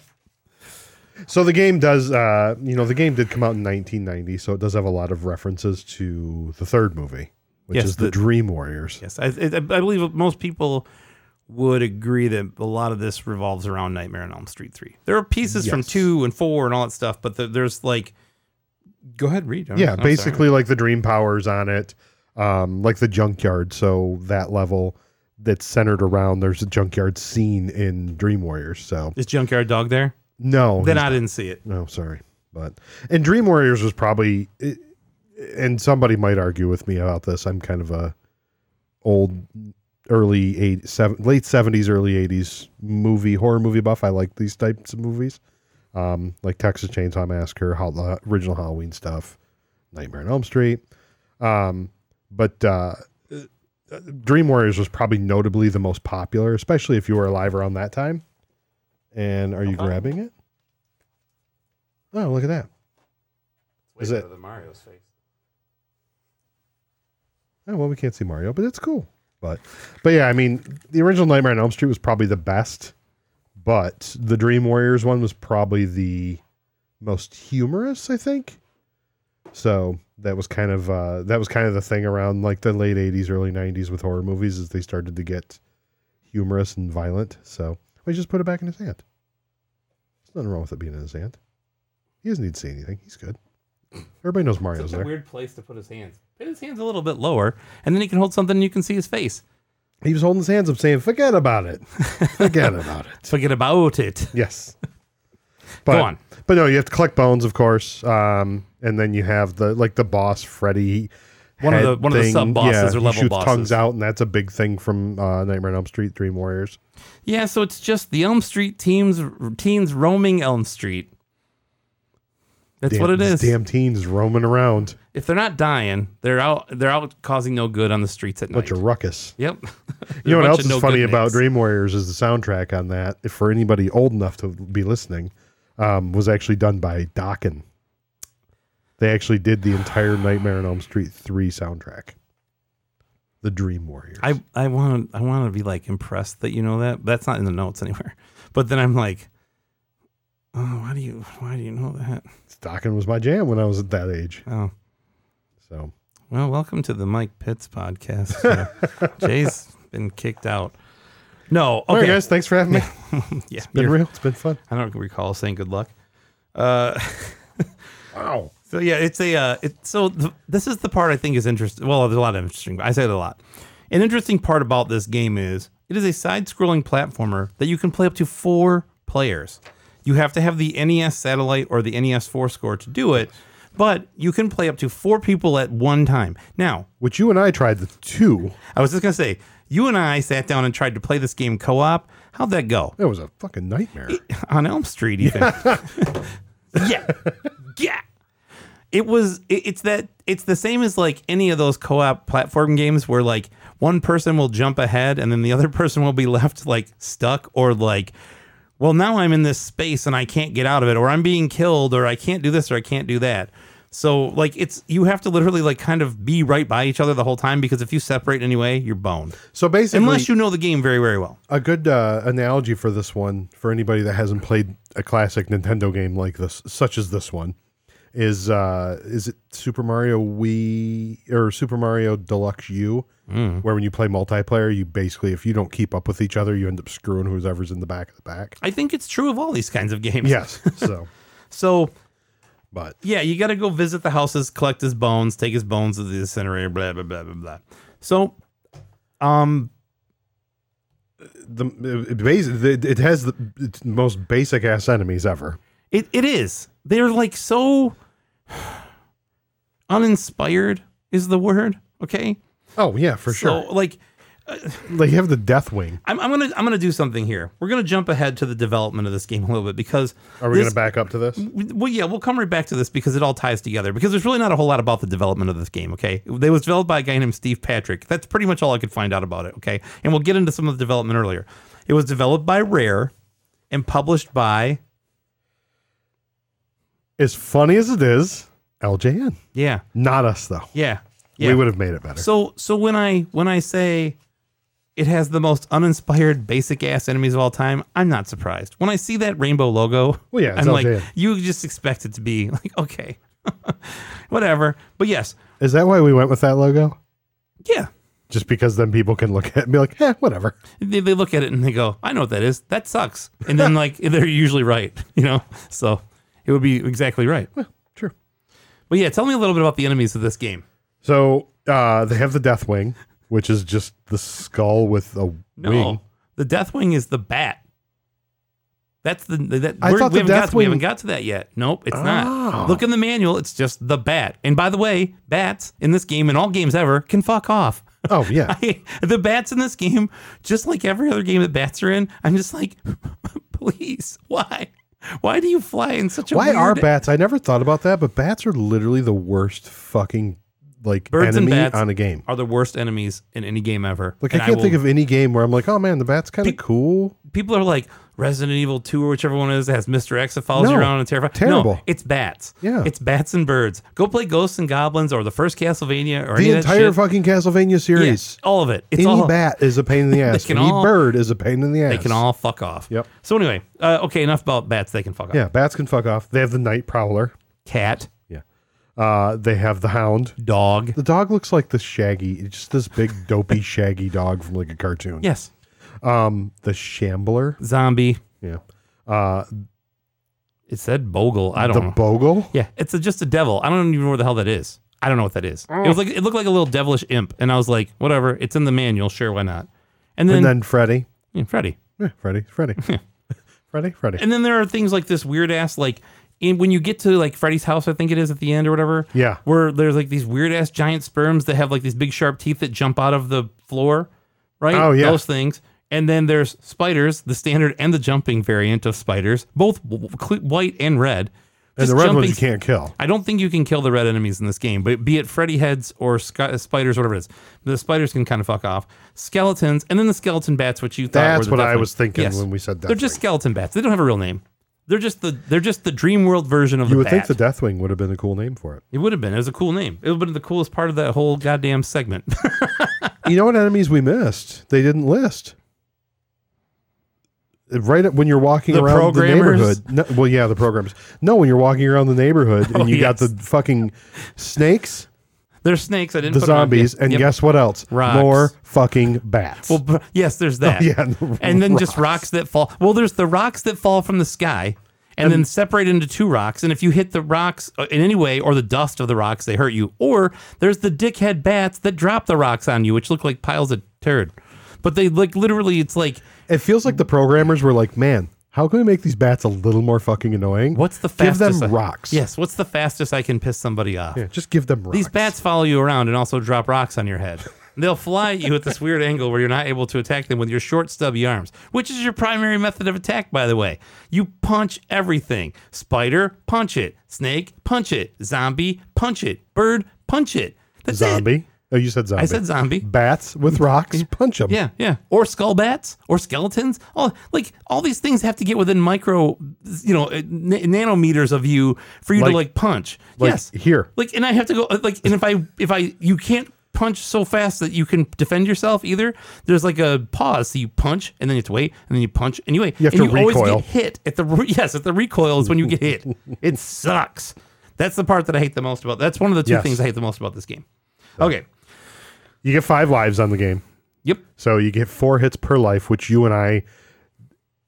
C: So the game does, uh, you know, the game did come out in 1990, so it does have a lot of references to the third movie, which
A: Yes,
C: is the,
A: the-
C: Dream Warriors.
A: Yes, I, I, I believe most people would agree that a lot of this revolves around Nightmare on Elm Street three. There are pieces from
C: Yes.
A: two and four and all that stuff, but the, there's like, go ahead, read. I'm-
C: Yeah,
A: I'm sorry.
C: basically like the Dream Powers on it, um, like the Junkyard. So that level that's centered around there's a junkyard scene in Dream Warriors. So
A: is Junkyard Dog there?
C: no,
A: Then
C: Oh, he's-
A: I didn't see it.
C: no, sorry, but and Dream Warriors was probably, it, and somebody might argue with me about this. I'm kind of a old, early eight, seven, late seventies, early eighties movie horror movie buff. I like these types of movies, um, like Texas Chainsaw Massacre, how, the original Halloween stuff, Nightmare on Elm Street. Um, but uh, uh, Dream Warriors was probably notably the most popular, especially if you were alive around that time. And are you
A: Okay.
C: grabbing it? Oh, look at that. Is it- better
A: the Mario's face?
C: Oh, well, we can't see Mario, but it's cool. But, but yeah, I mean, the original Nightmare on Elm Street was probably the best, but the Dream Warriors one was probably the most humorous, I think. So that was kind of uh, that was kind of the thing around like the late '80s, early '90s with horror movies, is they started to get humorous and violent. So we just put it back in his hand. There's nothing wrong with it being in his hand. He doesn't need to say anything. He's good. Everybody knows Mario's there.
A: weird place to put his hands. Put his hands a little bit lower, and then he can hold something and you can see his face.
C: He was holding his hands up saying, forget about it. Forget about it.
A: Forget about it.
C: Yes. But,
A: on.
C: But no, you have to collect bones, of course. Um, and then you have the like the boss Freddy.
A: One of
C: head
A: the- one of the
C: thing.
A: sub-bosses
C: yeah,
A: or
C: he
A: level
C: shoots
A: bosses.
C: tongues out, and that's a big thing from uh, Nightmare on Elm Street, Dream Warriors.
A: Yeah, so it's just the Elm Street teams teens roaming Elm Street. That's
C: Damn-
A: what it is.
C: these Damn teens roaming around.
A: If they're not dying, they're out they're out causing no good on the streets at night.
C: Bunch of ruckus.
A: yep.
C: You know
A: They're a
C: what
A: bunch
C: else
A: of
C: is
A: no
C: funny
A: good
C: about
A: names.
C: Dream Warriors is the soundtrack on that. If for anybody old enough to be listening, um, was actually done by Dokken. They actually did the entire Nightmare on Elm Street three soundtrack. The Dream Warriors.
A: I I want to I want to be like impressed that you know that. That's not in the notes anywhere. But then I'm like, oh, why do you why do you know that?
C: Dokken was my jam when I was at that age.
A: Oh,
C: So
A: well, welcome to the Mike Pitts podcast. Uh, Jay's been kicked out. No,
C: all right,
A: okay,
C: guys, thanks for having me.
A: yeah,
C: Been
A: you're-
C: real. It's been fun.
A: I don't recall saying good luck. Uh,
C: Wow.
A: So yeah, it's a uh, it, so th- this is the part I think is interesting. Well, there's a lot of interesting. I said a lot. An interesting part about this game is it is a side-scrolling platformer that you can play up to four players. You have to have the NES Satellite or the NES Four Score to do it, but you can play up to four people at one time. Now,
C: Which you and I tried the two.
A: I was just gonna say, you and I sat down and tried to play this game co-op. How'd that go?
C: That was a fucking nightmare.
A: on Elm Street, even. yeah, yeah. It was. It, it's that. It's the same as like any of those co-op platform games where like one person will jump ahead and then the other person will be left like stuck or like, well, now I'm in this space and I can't get out of it, or I'm being killed, or I can't do this or I can't do that. So like it's you have to literally like kind of be right by each other the whole time because if you separate anyway, you're boned.
C: So basically,
A: Unless you know the game very very well.
C: a good uh, analogy for this one for anybody that hasn't played a classic Nintendo game like this, such as this one, is uh, is it Super Mario Wii or Super Mario Deluxe U, where when you play multiplayer, you basically if you don't keep up with each other, you end up screwing whoever's in the back of the pack.
A: I think it's true of all these kinds of games.
C: Yes, so
A: So
C: but
A: yeah, you got to go visit the houses, collect his bones, take his bones to the incinerator, blah blah blah blah blah. So, um,
C: the it, basi- it, it has the it's the most basic ass enemies ever.
A: it it is. They're like so uninspired is the word. Okay,
C: Oh yeah, for sure.
A: So like,
C: They have the Death Wing.
A: I'm, I'm gonna I'm gonna do something here. We're gonna jump ahead to the development of this game a little bit because
C: Are we
A: this-
C: going to back up to this?
A: well, yeah, we'll come right back to this because it all ties together. Because there's really not a whole lot about the development of this game. Okay, they was developed by a guy named Steve Patrick. That's pretty much all I could find out about it. Okay, and we'll get into some of the development earlier. It was developed by Rare and published by
C: As funny as it is, LJN.
A: yeah,
C: Not us though.
A: yeah, yeah.
C: We would have made it better.
A: So so when I when I say it has the most uninspired basic ass enemies of all time, I'm not surprised. When I see that rainbow logo,
C: Well, yeah, it's
A: I'm like
C: LJN.
A: you just expect it to be like okay, whatever. But yes,
C: Is that why we went with that logo?
A: yeah.
C: Just because then people can look at it and be like, eh, whatever.
A: they, they look at it and they go, I know what that is. That sucks. And then like they're usually right, you know? So it would be exactly right.
C: True.
A: But yeah, tell me a little bit about the enemies of this game.
C: So uh, they have the Death Wing, which is just the skull with a
A: No.
C: wing.
A: The Deathwing is the bat. That's the that
C: I
A: we're-
C: thought
A: we,
C: the
A: haven't got, we
C: Deathwing-
A: haven't got to that yet. Nope, it's
C: Oh.
A: not. Look in the manual, it's just the bat. And by the way, bats in this game and all games ever can fuck off.
C: Oh yeah,
A: I, the bats in this game, just like every other game that bats are in, I'm just like, please, why? Why do you fly in such a
C: why
A: weird
C: are bats? I never thought about that, but bats are literally the worst fucking like
A: Birds and
C: enemy
A: bats
C: on a game.
A: are the worst enemies in any game ever.
C: Like
A: And
C: I can't
A: will-
C: think of any game where I'm like, oh man, the bat's kind of cool.
A: people are like Resident Evil 2 or whichever one it is that has Mr. X that follows
C: No,
A: you around and terrifies.
C: terrible.
A: No, it's bats.
C: Yeah.
A: It's bats and birds. Go play Ghosts and Goblins or the first Castlevania or
C: The
A: any of that
C: entire
A: shit.
C: fucking Castlevania
A: Yeah,
C: series,
A: all of it. It's
C: any
A: all
C: bat is a pain in the ass.
A: can
C: Any
A: all-
C: bird is a pain in the ass.
A: they can all fuck off.
C: Yep.
A: So anyway, uh, okay, enough about bats. They can fuck off.
C: Yeah, bats can fuck off. They have the night prowler.
A: Cat,
C: Yeah. Uh, they have the hound.
A: dog.
C: The dog looks like the shaggy, it's just this big dopey shaggy dog from like a cartoon.
A: Yes.
C: The shambler.
A: Zombie.
C: Yeah.
A: It said bogle. I don't
C: The
A: know.
C: bogle.
A: Yeah, it's a, just a devil. I don't even know where the hell that is. I don't know what that is. It was like it looked like a little devilish imp, and I was like, whatever. It's in the manual. Sure, why not? And then,
C: And then Freddy.
A: yeah, Freddy.
C: Yeah, Freddy. Freddy. Freddy. Freddy.
A: And then there are things like this weird ass like in, when you get to like Freddy's house, I think it is at the end or whatever,
C: Yeah.
A: where there's like these weird ass giant sperms that have like these big sharp teeth that jump out of the floor, right?
C: Oh, yeah.
A: Those things. And then there's spiders, the standard and the jumping variant of spiders, both w- w- cl- white and red.
C: And the
A: Just
C: red
A: jumping
C: ones you can't kill.
A: I don't think you can kill the red enemies in this game, but be it Freddy heads or sc- spiders, whatever it is, the spiders can kind of fuck off. Skeletons, and then the skeleton bats, which you thought
C: That's
A: were the
C: what
A: death
C: I
A: wing-
C: was thinking
A: Yes.
C: when we said that.
A: they're just skeleton bats. They don't have a real name. They're just the they're just the Dream World version of
C: You
A: the
C: would
A: bat.
C: think the Deathwing would have been a cool name for it.
A: it would have been. It was a cool name. It would have been the coolest part of that whole goddamn segment.
C: you know what enemies we missed? They didn't list. Right at, when you're walking
A: The
C: around
A: programmers?
C: the neighborhood. No, well, yeah, the programs. No, when you're walking around the neighborhood and
A: Oh,
C: you got
A: yes.
C: the fucking snakes,
A: They're snakes. I didn't.
C: the
A: put 'em on
C: zombies,
A: yet.
C: and
A: Yep.
C: guess what else?
A: Rocks.
C: More fucking bats.
A: Well, b- yes, there's that.
C: Oh, yeah, and the
A: and then just rocks that fall. Well, there's the rocks that fall from the sky. And, then separate into two rocks, and if you hit the rocks uh, in any way or the dust of the rocks, they hurt you. Or there's the dickhead bats that drop the rocks on you, which look like piles of turd. But they like literally, it's like
C: it feels like the programmers were like, man, how can we make these bats a little more fucking annoying?
A: what's the
C: Give
A: fastest?
C: them
A: I-
C: rocks.
A: Yes, what's the fastest I can piss somebody off?
C: Yeah, just give them rocks.
A: These bats follow you around and also drop rocks on your head. They'll fly at you at this weird angle where you're not able to attack them with your short, stubby arms, which is your primary method of attack, by the way. You punch everything spider, punch it. Snake, punch it. Zombie, punch it. Bird, punch it. That's it.
C: Zombie. Oh, you said zombie.
A: I said zombie.
C: bats with rocks. Punch them.
A: Yeah, yeah. Or skull bats or skeletons. All like all these things have to get within micro, you know, uh, n- nanometers of you for you
C: Like-
A: to like punch.
C: Like,
A: yes.
C: Here.
A: Like, and I have to go. Like, and if I if I you can't punch so fast that you can defend yourself either. There's like a pause, so you punch and then you have to wait, and then you punch and you wait.
C: You have
A: and
C: to recoil.
A: always get hit at the re- yes at the recoil is when you get hit. it sucks. That's the part that I hate the most about. That's one of the two
C: Yes.
A: things I hate the most about this game. Okay.
C: You get five lives on the game.
A: Yep.
C: So you get four hits per life, which you and I,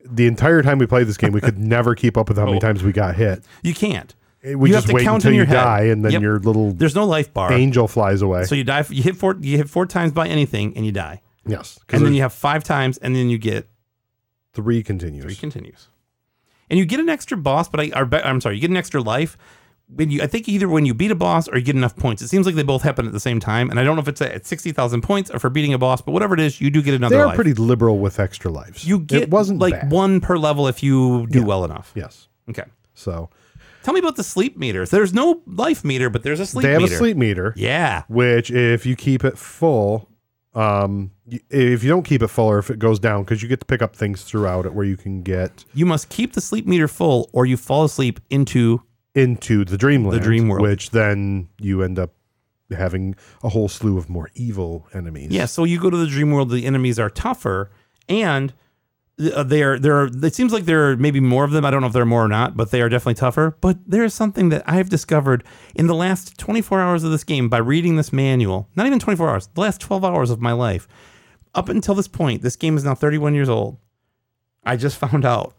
C: the entire time we played this game, we could never keep up with how many
A: Oh.
C: times we got hit.
A: You can't.
C: It- We
A: You
C: just
A: have to
C: wait
A: count
C: until
A: in
C: you
A: your head.
C: die, and then
A: Yep.
C: your little
A: There's no life bar.
C: angel flies away.
A: So you die. You hit four. You hit four times by anything, and you die.
C: yes, because
A: And then you have five times, and then you get
C: three continues.
A: It continues, and you get an extra boss. But I, or, be- I'm sorry, you get an extra life when you. I think either when you beat a boss or you get enough points. It seems like they both happen at the same time, and I don't know if it's at sixty thousand points or for beating a boss, but whatever it is, you do get another.
C: they are
A: life.
C: pretty liberal with extra lives.
A: You get
C: it wasn't
A: like
C: bad.
A: one per level if you do well enough.
C: Yes,
A: Okay.
C: so
A: Tell me about the sleep meters. There's no life meter, but there's a sleep
C: they have
A: meter.
C: a sleep meter,
A: Yeah.
C: which if you keep it full, um, y- if you don't keep it full or if it goes down, because you get to pick up things throughout it where you can get
A: You must keep the sleep meter full or you fall asleep into
C: into the dreamland,
A: dream world.
C: which then you end up having a whole slew of more evil enemies.
A: Yeah, so you go to the dream world. The enemies are tougher, and uh, they are there. Are it seems like there are maybe more of them. I don't know if there are more or not, but they are definitely tougher. But there is something that I have discovered in the last 24 hours of this game by reading this manual. Not even 24 hours. The last 12 hours of my life, up until this point, this game is now 31 years old. I just found out.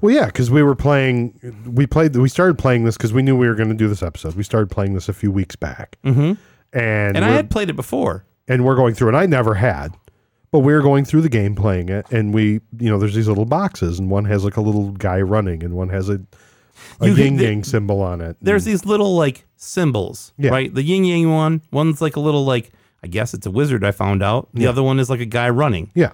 C: Well, yeah, because we were playing, we played, we started playing this because we knew we were going to do this episode. We started playing this a few weeks back,
A: Mm-hmm.
C: and
A: And I
C: we're,
A: had played it before.
C: and we're going through, and I never had, but we were going through the game playing it, and we, you know, there's these little boxes, and one has like a little guy running, and one has a a
A: You-
C: yin
A: the-
C: yang symbol on it.
A: there's these little like symbols,
C: Mm. Yeah.
A: right? The yin yang one, one's like a little like I guess it's a wizard. I found out. The other one is like a guy running.
C: yeah,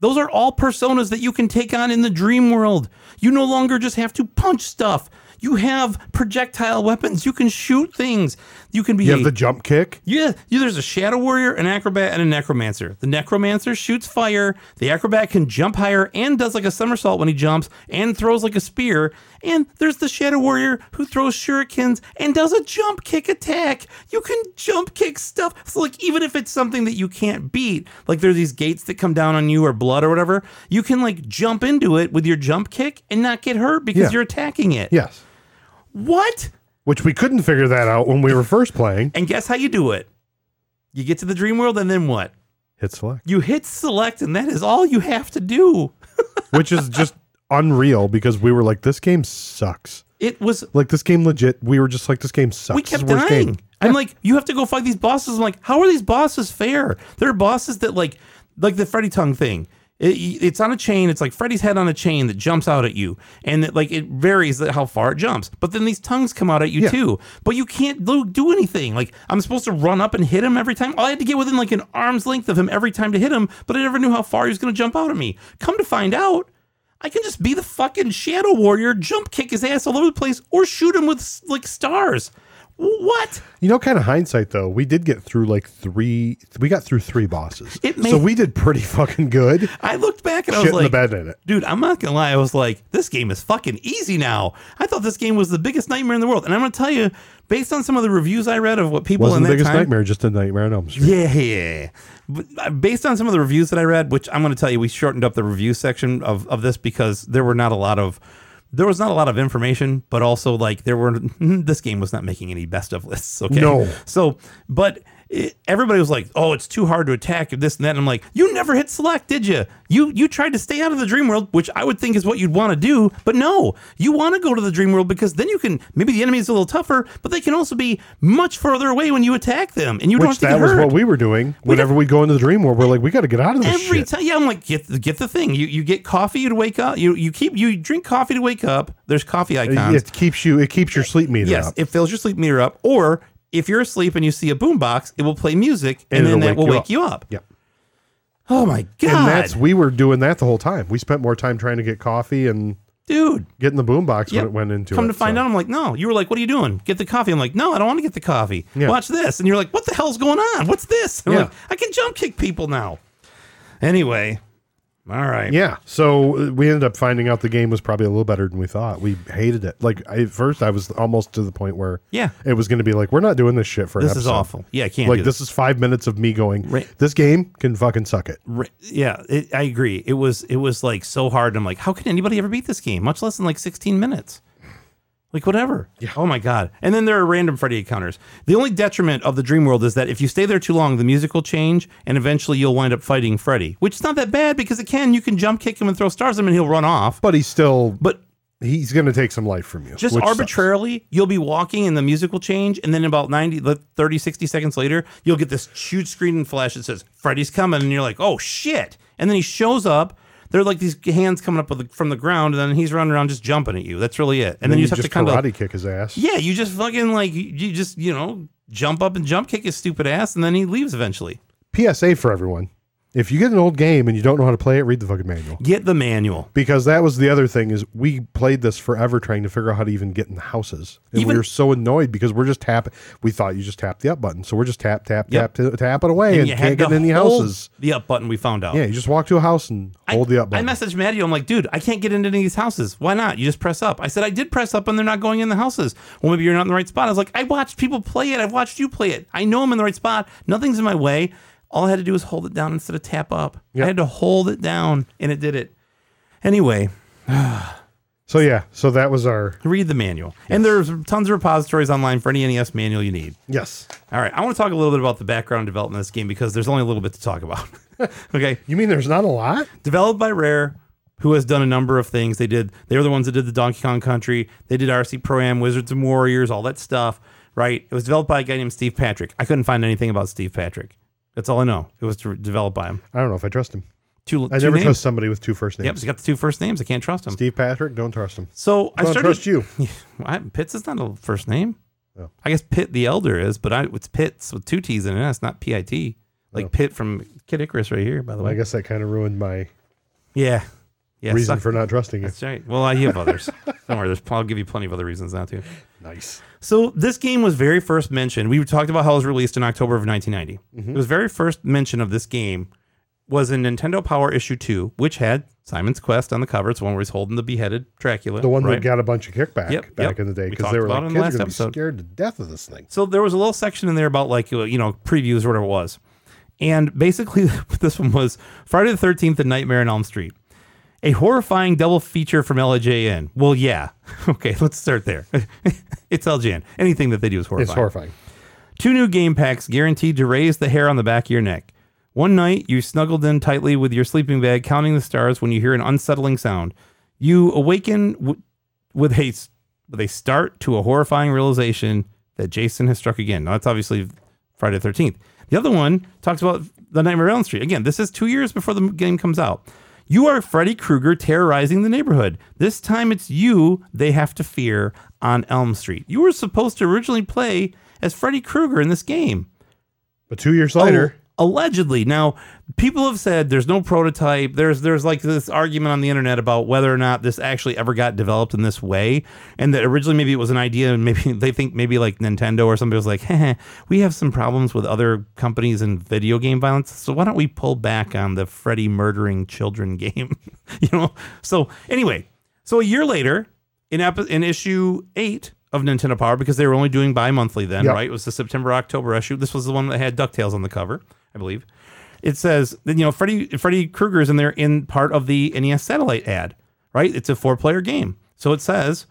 A: Those are all personas that you can take on in the dream world. You no longer just have to punch stuff. You have projectile weapons. You can shoot things. You can be
C: you have the jump kick.
A: yeah, yeah, there's a shadow warrior, an acrobat, and a necromancer. The necromancer shoots fire. The acrobat can jump higher and does like a somersault when he jumps and throws like a spear. And there's the shadow warrior who throws shurikens and does a jump kick attack. You can jump kick stuff. So, like, even if it's something that you can't beat, like there's these gates that come down on you or blood or whatever, you can like jump into it with your jump kick and not get hurt because
C: Yeah.
A: you're attacking it.
C: Yes,
A: What?
C: which we couldn't figure that out when we were first playing.
A: And guess how you do it? You get to the dream world and then what?
C: Hit select,
A: You hit select, and that is all you have to do.
C: which is just unreal because we were like, this game sucks.
A: It was.
C: Like this game legit. We were just like this game sucks.
A: We
C: This is
A: kept
C: the worst
A: dying.
C: game.
A: I'm like, you have to go fight these bosses. I'm like, how are these bosses fair? There are bosses that like, like the Freddy tongue thing. It, it's on a chain. It's like Freddy's head on a chain that jumps out at you, and it, like it varies how far it jumps. But then these tongues come out at you
C: Yeah.
A: too. But you can't do, do anything. Like I'm supposed to run up and hit him every time. All I had to get within like an arm's length of him every time to hit him. But I never knew how far he was going to jump out at me. Come to find out, I can just be the fucking Shadow Warrior, jump kick his ass all over the place, or shoot him with like stars. What?
C: You know, kind of hindsight though, we did get through like three. We got through three bosses,
A: It may-
C: so we did pretty fucking good.
A: I looked back and I
C: Shit
A: was
C: in the
A: like,
C: bed in it.
A: dude, I'm not gonna lie. I was like, this game is fucking easy now. I thought this game was the biggest nightmare in the world, and I'm gonna tell you, based on some of the reviews I read of what people
C: Wasn't
A: in
C: the
A: that
C: biggest
A: time,
C: nightmare, just a nightmare on Elm Street.
A: yeah. But, uh, Based on some of the reviews that I read, which I'm going to tell you, we shortened up the review section of, of this because there were not a lot of there was not a lot of information, but also like there were this game was not making any best of lists. Okay,
C: No.
A: So, but it, everybody was like, "Oh, it's too hard to attack and this and that." And I'm like, "You never hit select, did you? You you tried to stay out of the dream world, which I would think is what you'd want to do, but no, you want to go to the dream world because then you can maybe the enemies a little tougher, but they can also be much further away when you attack them, and you don't have
C: Which
A: to
C: that
A: get
C: was
A: hurt
C: what we were doing. Whenever we go into the dream world, we're like, we got to get out of this
A: every
C: shit.
A: time. Yeah, I'm like, get the, get the thing. You you get coffee to wake up. You you keep you drink coffee to wake up. There's coffee
C: Uh,
A: icons.
C: It keeps you. It keeps your sleep meter
A: yes,
C: up.
A: it fills your sleep meter up. Or if you're asleep and you see a boombox, it will play music, and,
C: And
A: then
C: it'll
A: that
C: wake
A: will
C: you
A: wake
C: up.
A: you up.
C: Yep.
A: Oh my god,
C: And that's we were doing that the whole time. We spent more time trying to get coffee and
A: dude!
C: getting the boombox
A: Yep.
C: when it went into
A: Come
C: it.
A: to find out, I'm like, no. You were like, what are you doing? Get the coffee. I'm like, no, I don't want to get the coffee.
C: Yeah.
A: Watch this, and you're like, what the hell's going on? What's this? And I'm
C: Yeah.
A: like, I can jump kick people now. Anyway, all right.
C: Yeah. So uh, we ended up finding out the game was probably a little better than we thought. We hated it. Like I, at first, I was almost to the point where
A: Yeah.
C: it was going to be like, we're not doing this shit for an
A: This is
C: episode.
A: awful. Yeah, I can't. do
C: Like
A: this.
C: this is five minutes of me going.
A: Right.
C: This game can fucking suck it.
A: Ri- yeah it, i agree it was it was like so hard i'm like how can anybody ever beat this game much less than like 16 minutes like whatever oh my god and then there are random freddy encounters the only detriment of the dream world is that if you stay there too long the music will change and eventually you'll wind up fighting freddy which is not that bad because it can you can jump kick him and throw stars at him and he'll run off
C: But he's still.
A: but
C: He's going to take some life from you.
A: just
C: which sucks.
A: arbitrarily you'll be walking and the music will change and then about 90 like 30 60 seconds later you'll get this huge screen flash that says freddy's coming and you're like oh shit and then he shows up there are like these hands coming up with the, from the ground and then he's running around just jumping at you that's really it and, then, you, just have to kind
C: karate
A: of
C: kick his ass.
A: yeah you just fucking like you- you just you know jump up and jump kick his stupid ass and then he leaves eventually
C: PSA for everyone: If you get an old game and you don't know how to play it, read the fucking manual.
A: get the manual
C: because that was the other thing is we played this forever trying to figure out how to even get in the houses and
A: Even-
C: we were so annoyed because we're just tap we thought you just tap the up button so we're just tap tap
A: Yep.
C: tap t- tap it away and,
A: you had
C: can't get
A: to
C: in any
A: hold
C: houses
A: the up button we found out
C: yeah you just walk to a house and hold the up
A: I
C: button
A: messaged Maddie. I'm like, dude, I can't get into any of these houses. Why not? You just press up. I said, I did press up and they're not going in the houses. Well, maybe you're not in the right spot. I was like, I watched people play it. I've watched you play it. I know I'm in the right spot. Nothing's in my way. All I had to do was hold it down instead of tap up. I
C: Yep.
A: had to hold it down and it did it. Anyway,
C: so yeah so that was our
A: read the manual. And there's tons of repositories online for any NES manual you need.
C: yes
A: All right, I want to talk a little bit about the background development of this game because there's only a little bit to talk about. okay.
C: you mean there's not a lot
A: developed by Rare, who has done a number of things. They did. They were the ones that did the Donkey Kong Country. They did RC Pro Am, Wizards and Warriors, all that stuff. Right. It was developed by a guy named Steve Patrick. I couldn't find anything about Steve Patrick. That's all I know. It was de- developed by him.
C: i don't know if i trust him
A: Two,
C: i
A: two
C: never
A: names.
C: trust somebody with two first names
A: Yep, he's got the two first names. I can't trust him.
C: steve patrick don't trust him
A: So I
C: don't
A: started.
C: trust you
A: I, Pitts is not a first name.
C: Oh.
A: I guess Pitt the Elder is, but I, it's Pitts with two T's in it. It's not P I T. Like
C: Oh.
A: Pitt from Kid Icarus, right here, by the
C: i
A: way.
C: guess that kind of ruined my
A: Yeah. Yeah.
C: reason
A: suck-
C: for not trusting you
A: That's right. Well, I have others. Don't worry. There's, I'll give you plenty of other reasons not to.
C: nice
A: So this game was very first mentioned. We talked about how it was released in October of 1990.
C: Mm-hmm.
A: It was very first mention of this game was in Nintendo Power issue two, which had Simon's Quest on the cover. It's the one where he's holding the beheaded Dracula.
C: the one
A: right?
C: that got a bunch of kickback
A: Yep,
C: back
A: yep.
C: in the day
A: We
C: because
A: talked
C: they were
A: about
C: like
A: it in
C: kids
A: the
C: are
A: last
C: going
A: episode."
C: to be scared to death of this thing.
A: So there was a little section in there about like uh, you know previews or whatever it was, and basically this one was Friday the Thirteenth and Nightmare on Elm Street, a horrifying double feature from LJN. Well, yeah, okay, let's start there. it's LJN. Anything that they do is horrifying.
C: It's horrifying.
A: Two new game packs guaranteed to raise the hair on the back of your neck. One night, you snuggled in tightly with your sleeping bag, counting the stars when you hear an unsettling sound. You awaken w- with a s- with a start to a horrifying realization that Jason has struck again. Now that's obviously Friday the 13th. The other one talks about the Nightmare on Elm Street. Again, this is two years before the m- game comes out. You are Freddy Krueger terrorizing the neighborhood. This time it's you they have to fear on Elm Street. You were supposed to originally play as Freddy Krueger in this game.
C: But two years
A: Oh,
C: later,
A: Al- allegedly. Now, people have said there's no prototype. There's there's like this argument on the internet about whether or not this actually ever got developed in this way, and that originally maybe it was an idea, and maybe they think maybe like Nintendo or somebody was like, "Heh heh, we have some problems with other companies and video game violence, so why don't we pull back on the Freddy murdering children game?" you know. So anyway, so a year later, in epi- in issue eight of Nintendo Power because they were only doing bi-monthly then,
C: Yep.
A: right? It was the September October issue. This was the one that had Ducktales on the cover, I believe. It says that you know Freddy Freddy Krueger is in there in part of the NES satellite ad, right? It's a four-player game, so it says.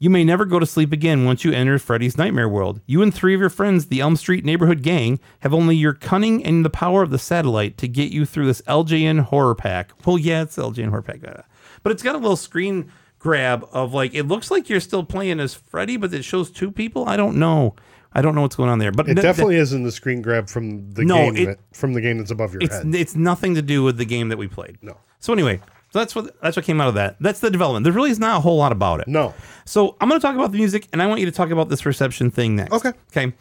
A: You may never go to sleep again once you enter Freddy's nightmare world. You and three of your friends, the Elm Street neighborhood gang, have only your cunning and the power of the satellite to get you through this LJN horror pack. Well, yeah, it's LJN horror pack, uh, but it's got a little screen grab of like it looks like you're still playing as Freddy, but it shows two people. I don't know. I don't know what's going on there, but
C: it
A: th- th-
C: definitely isn't the screen grab from the
A: No,
C: game
A: it-
C: that, from the game that's above your
A: it's
C: head.
A: it's nothing to do with the game that we played.
C: No.
A: So anyway, so that's what that's what came out of that. That's the development. There really is not a whole lot about it.
C: No,
A: So I'm going to talk about the music, and I want you to talk about this reception thing next.
C: Okay.
A: Okay.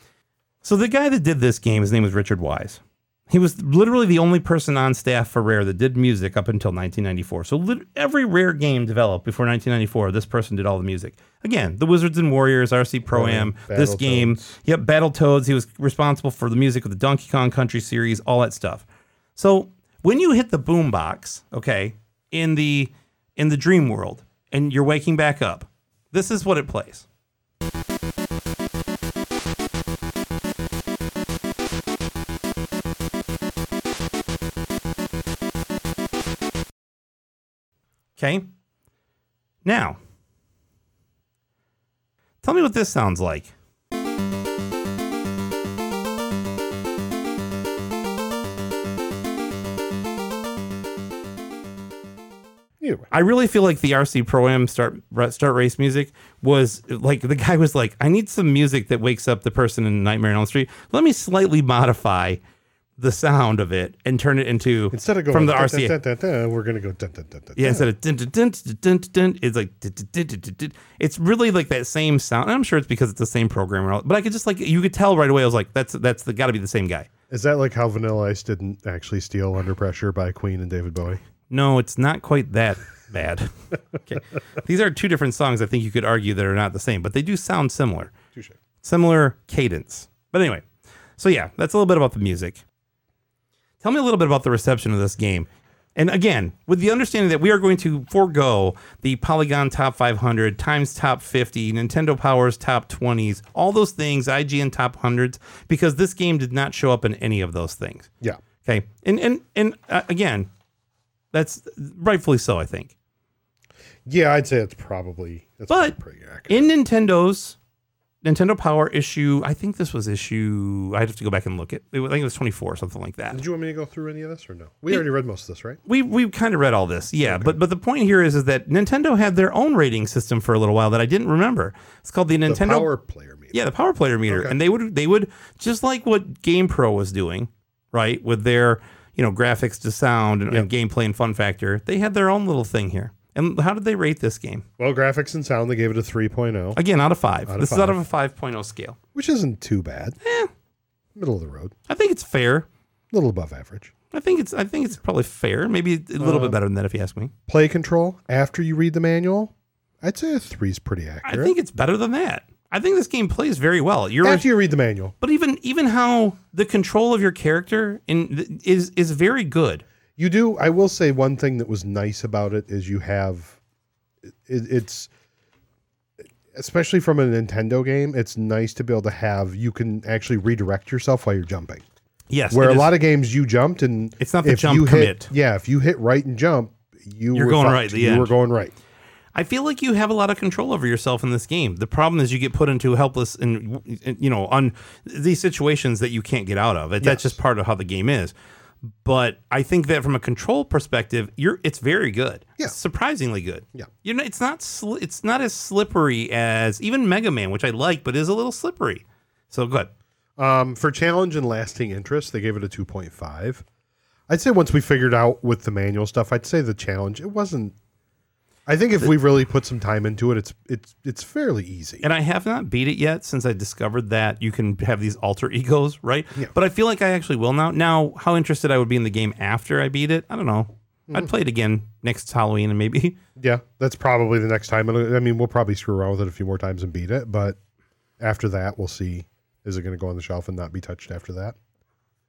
A: So the guy that did this game, his name was Richard Wise. He was literally the only person on staff for Rare that did music up until 1994. So lit- every Rare game developed before 1994, this person did all the music. Again, The Wizards and Warriors, RC Pro Am, this
C: Battletoads.
A: game. Yep, Battletoads. He was responsible for the music of the Donkey Kong Country series, all that stuff. So when you hit the boombox, okay, in the in the dream world, and you're waking back up, this is what it plays. Okay. Now, tell me what this sounds like.
C: either way.
A: I really feel like the RC Pro Am start start race music was like the guy was like, I need some music that wakes up the person in Nightmare on Elm Street. Let me slightly modify the sound of it and turn it into
C: Instead of going
A: from the
C: dun,
A: RC.
C: dun, dun, dun, dun, we're going to go. Dun, dun, dun, dun,
A: Yeah, instead
C: dun.
A: of dun, dun, dun, dun, dun, dun, dun, it's like dun, dun, dun, dun, dun, dun. it's really like that same sound. And I'm sure it's because it's the same programmer, but I could just like you could tell right away. I was like, that's that's the got to be the same guy.
C: Is that like how Vanilla Ice didn't actually steal Under Pressure by Queen and David Bowie?
A: No, it's not quite that bad. okay, these are two different songs. I think you could argue that are not the same, but they do sound similar.
C: Touche.
A: similar cadence. But anyway, so yeah, that's a little bit about the music. Tell me a little bit about the reception of this game. And again, with the understanding that we are going to forego the Polygon Top 500, Times Top 50, Nintendo Powers Top 20s, all those things, IGN Top 100s, because this game did not show up in any of those things.
C: Yeah.
A: Okay. And and and uh, again, that's rightfully so, I think.
C: Yeah, I'd say it's probably that's
A: But-
C: pretty accurate.
A: in Nintendo's Nintendo Power issue, I think this was issue. I'd have to go back and look at. I think it was 24 or something like that.
C: Did you want me to go through any of this or no? We already read most of this, right?
A: We we kind of read all this, yeah. But but the point here is is that Nintendo had their own rating system for a little while that I didn't remember. It's called the
C: The
A: Nintendo.
C: power player meter.
A: Yeah, the Power Player meter,
C: Okay.
A: and they would they would just like what GamePro was doing, right, with their you know graphics to sound and, and gameplay and fun factor. They had their own little thing here. And how did they rate this game?
C: Well, graphics and sound, they gave it a 3.0,
A: Again, out of five.
C: of
A: this is out of a 5.0 scale.
C: which isn't too bad.
A: Eh.
C: Middle of the road,
A: I think it's fair.
C: a little above average.
A: I think it's I think it's probably fair. Maybe a little
C: Uh-huh.
A: bit better than that if you ask me.
C: Play control, after you read the manual, I'd say a three's pretty
A: I
C: accurate.
A: think it's better than that. I think this game plays very well. You're
C: after you read the manual.
A: but even even how the control of your character in th- is is very good.
C: You do. I will say one thing that was nice about it is you have, it, it's, especially from a Nintendo game, it's nice to be able to have. You can actually redirect yourself while you're jumping.
A: Yes,
C: Where
A: it
C: a
A: is-
C: lot of games you jumped and
A: It's not the
C: if
A: jump
C: you hit-
A: commit.
C: yeah, if you hit right and jump, you
A: You're
C: were
A: going
C: fucked.
A: right at the
C: you
A: end.
C: were going right.
A: I feel like you have a lot of control over yourself in this game. The problem is you get put into helpless and you know on these situations that you can't get out of. It, That's just part of how the game is. But I think that from a control perspective, you're it's very good.
C: Yeah.
A: It's surprisingly good.
C: Yeah.
A: you know it's not sli- it's not as slippery as even Mega Man, which I like, but is a little slippery. So good.
C: Um, for challenge and lasting interest, they gave it a 2.5. I'd say once we figured out with the manual stuff, I'd say the challenge it wasn't. I think if we really put some time into it, it's it's it's fairly easy.
A: And I have not beat it yet since I discovered that you can have these alter egos, right?
C: Yeah.
A: But I feel like I actually will now. Now, how interested I would be in the game after I beat it, I don't know. I'd play it again next Halloween and maybe.
C: Yeah, that's probably the next time. It'll- I mean, we'll probably screw around with it a few more times and beat it, but after that, we'll see. Is it going to go on the shelf and not be touched after that?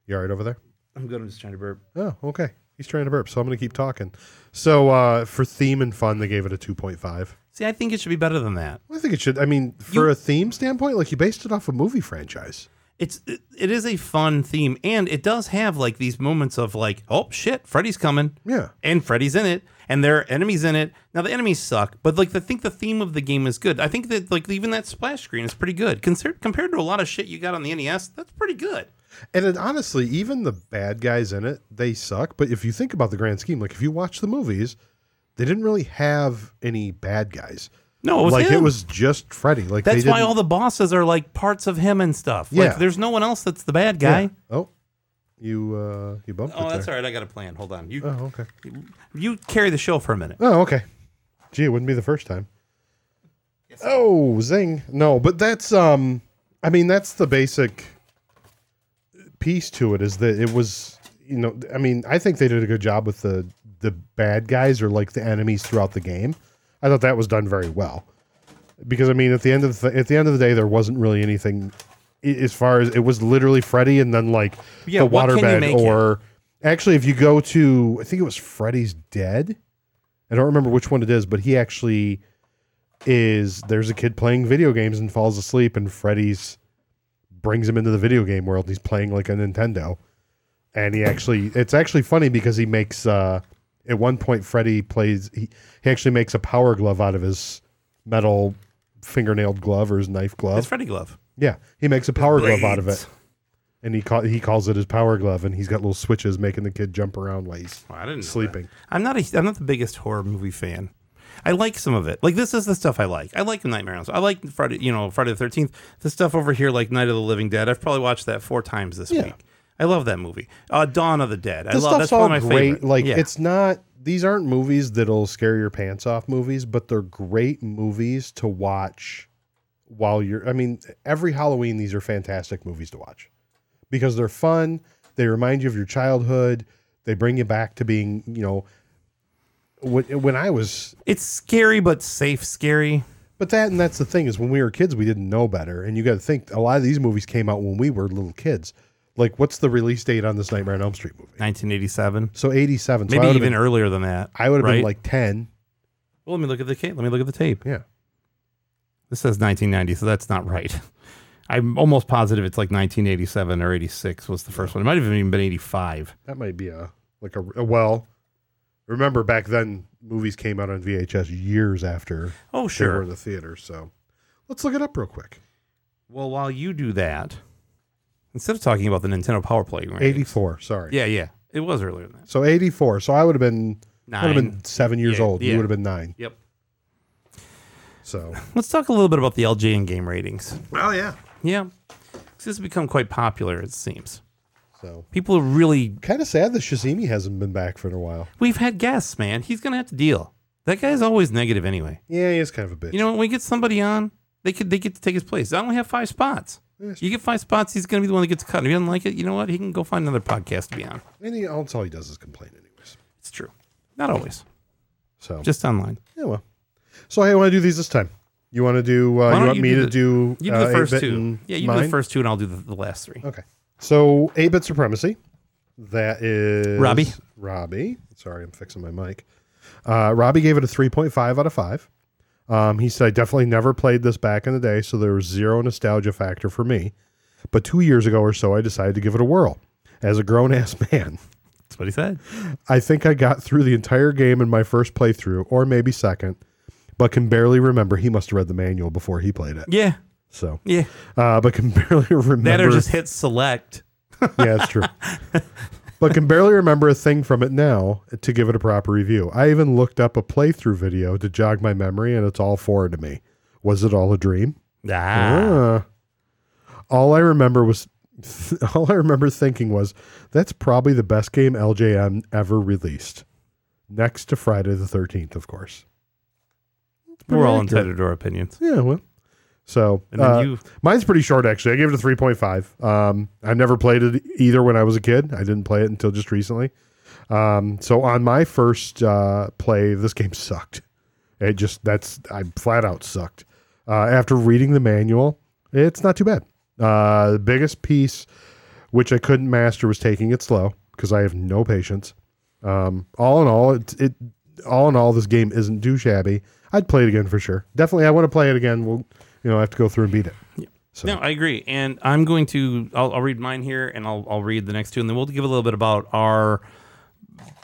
C: You all right over there?
A: I'm good. I'm just trying to burp.
C: Oh, okay. He's trying to burp, so I'm going to keep talking. So uh, for theme and fun, they gave it a 2.5.
A: See, I think it should be better than that.
C: I think it should. I mean, for a theme standpoint, like you based it off a movie franchise.
A: It's it, it is a fun theme, and it does have like these moments of like, oh shit, Freddy's coming.
C: Yeah.
A: and Freddy's in it, and there are enemies in it. Now the enemies suck, but like I think the theme of the game is good. I think that like even that splash screen is pretty good. Consider, compared to a lot of shit you got on the NES, that's pretty good.
C: And it, honestly, even the bad guys in it, they suck. But if you think about the grand scheme, like if you watch the movies, they didn't really have any bad guys.
A: No, it was
C: like it
A: him.
C: was just Freddy. Like
A: That's
C: they
A: why
C: didn't-
A: all the bosses are like parts of him and stuff.
C: Yeah.
A: Like there's no one else that's the bad
C: Yeah.
A: guy.
C: Oh, you uh, you bumped.
A: Oh,
C: it
A: that's
C: there.
A: all right. I got a plan. Hold on. You
C: Oh, okay.
A: you carry the show for a minute.
C: Oh, okay. Gee, it wouldn't be the first time. Oh, zing. No, but that's um I mean that's the basic piece to it is that it was you know, I mean, I think they did a good job with the the bad guys or like the enemies throughout the game. I thought that was done very well. Because I mean, at the end of the, at the end of the day there wasn't really anything i- as far as it was literally Freddy and then like
A: Yeah,
C: the
A: what can you
C: waterbed
A: make it?
C: or actually if you go to I think it was Freddy's Dead I don't remember which one it is, but he actually is there's a kid playing video games and falls asleep and Freddy's brings him into the video game world. He's playing like a Nintendo. And he actually it's actually funny because he makes uh at one point Freddy plays he, he actually makes a power glove out of his metal fingernailed glove or his knife glove.
A: It's Freddy Glove.
C: Yeah, he makes a power glove out of
A: blades.
C: it. And he call, he calls it his power glove and he's got little switches making the kid jump around while he's
A: Well, I didn't know
C: sleeping.
A: that. I'm not a I'm not the biggest horror movie fan. I like some of it. Like this is the stuff I like. I like Nightmare on Elm Street. I like Friday, you know, Friday the Thirteenth. The stuff over here, like Night of the Living Dead. I've probably watched that four times this
C: Yeah.
A: week. I love that movie. Uh, Dawn of the Dead. I
C: this
A: love
C: stuff's
A: that's one
C: all
A: of my
C: great.
A: favorite.
C: Like
A: Yeah.
C: it's not these aren't movies that'll scare your pants off movies, but they're great movies to watch while you're I mean, every Halloween these are fantastic movies to watch. Because they're fun, they remind you of your childhood, they bring you back to being, you know, when, when I was
A: it's scary but safe scary.
C: but that and that's the thing is when we were kids we didn't know better and you got to think a lot of these movies came out when we were little kids. Like what's the release date on this Nightmare on Elm Street movie?
A: 1987.
C: So 87. So I
A: Maybe
C: would've
A: even
C: been-
A: earlier than that.
C: I would have
A: right?
C: been like 10.
A: Well, let me look at the tape. Let me look at the tape.
C: Yeah.
A: This says 1990, so that's not right. I'm almost positive it's like 1987 or 86 was the first one. It might have even been 85.
C: That might be a like a, a- well. Remember back then, movies came out on VHS years after
A: Oh,
C: they were
A: sure.
C: in the theater. So let's look it up real quick.
A: Well, while you do that, instead of talking about the Nintendo Power Play, right?
C: Eighty-four. Sorry.
A: Yeah, yeah. It was earlier than that.
C: So eighty-four. So I would have been I would have
A: Nine.
C: been seven years
A: Yeah,
C: old.
A: yeah.
C: You would have been nine.
A: Yep.
C: So
A: Let's talk a little bit about the LG in game ratings.
C: well, yeah.
A: Yeah. 'Cause This has become quite popular, it seems.
C: So
A: People are really.
C: kind of sad that Shazimi hasn't been back for a while.
A: We've had guests, man. He's going to have to deal. That guy's always negative anyway.
C: Yeah, he is kind of a bitch.
A: You know, when we get somebody on, they could they get to take his place. I only have five spots.
C: Yes.
A: You get five spots, he's going to be the one that gets cut. And if he doesn't like it, you know what? He can go find another podcast to be on.
C: and he, that's all he does is complain, anyways.
A: It's true. Not always.
C: So
A: Just online.
C: yeah, well. So hey, I want to do these this time. You want to do? Uh,
A: don't
C: you want
A: you
C: me
A: do
C: to
A: the-
C: do?
A: You do
C: uh,
A: the first
C: 8-bit
A: two.
C: and
A: Yeah, you do
C: mine?
A: the first two, and I'll do the, the last three.
C: Okay. So eight bit supremacy. That is
A: Robbie.
C: Robbie. Sorry, I'm fixing my mic. Uh, Robbie gave it a 3.5 out of 5. Um, he said, I definitely never played this back in the day, so there was zero nostalgia factor for me. But two years ago or so, I decided to give it a whirl. As a grown ass man,
A: That's what he said.
C: I think I got through the entire game in my first playthrough, or maybe second, but can barely remember. He must have read the manual before he played it.
A: Yeah,
C: So,
A: yeah.
C: uh, but can barely remember.
A: That or just hit select.
C: Yeah, it's true. but can barely remember a thing from it now to give it a proper review. I even looked up a playthrough video to jog my memory, and it's all foreign to me. Was it all a dream?
A: Ah,
C: Ah. All I remember was all I remember thinking was that's probably the best game LJN ever released. Next to Friday the 13th, of course.
A: We're all
C: accurate.
A: entitled to our opinions.
C: Yeah, well. So
A: And then
C: uh,
A: you,
C: mine's pretty short actually. I gave it a 3.5. Um I've never played it either when I was a kid. I didn't play it until just recently. Um so on my first uh play this game sucked. It just that's I flat out sucked. Uh after reading the manual, it's not too bad. Uh the biggest piece which I couldn't master was taking it slow because I have no patience. Um, all in all, it, it all in all, this game isn't too shabby. I'd play it again for sure. Definitely, I want to play it again. We'll, you know, I have to go through and beat it. So,
A: no, I agree, and I'm going to. I'll, I'll read mine here, and I'll I'll read the next two, and then we'll give a little bit about our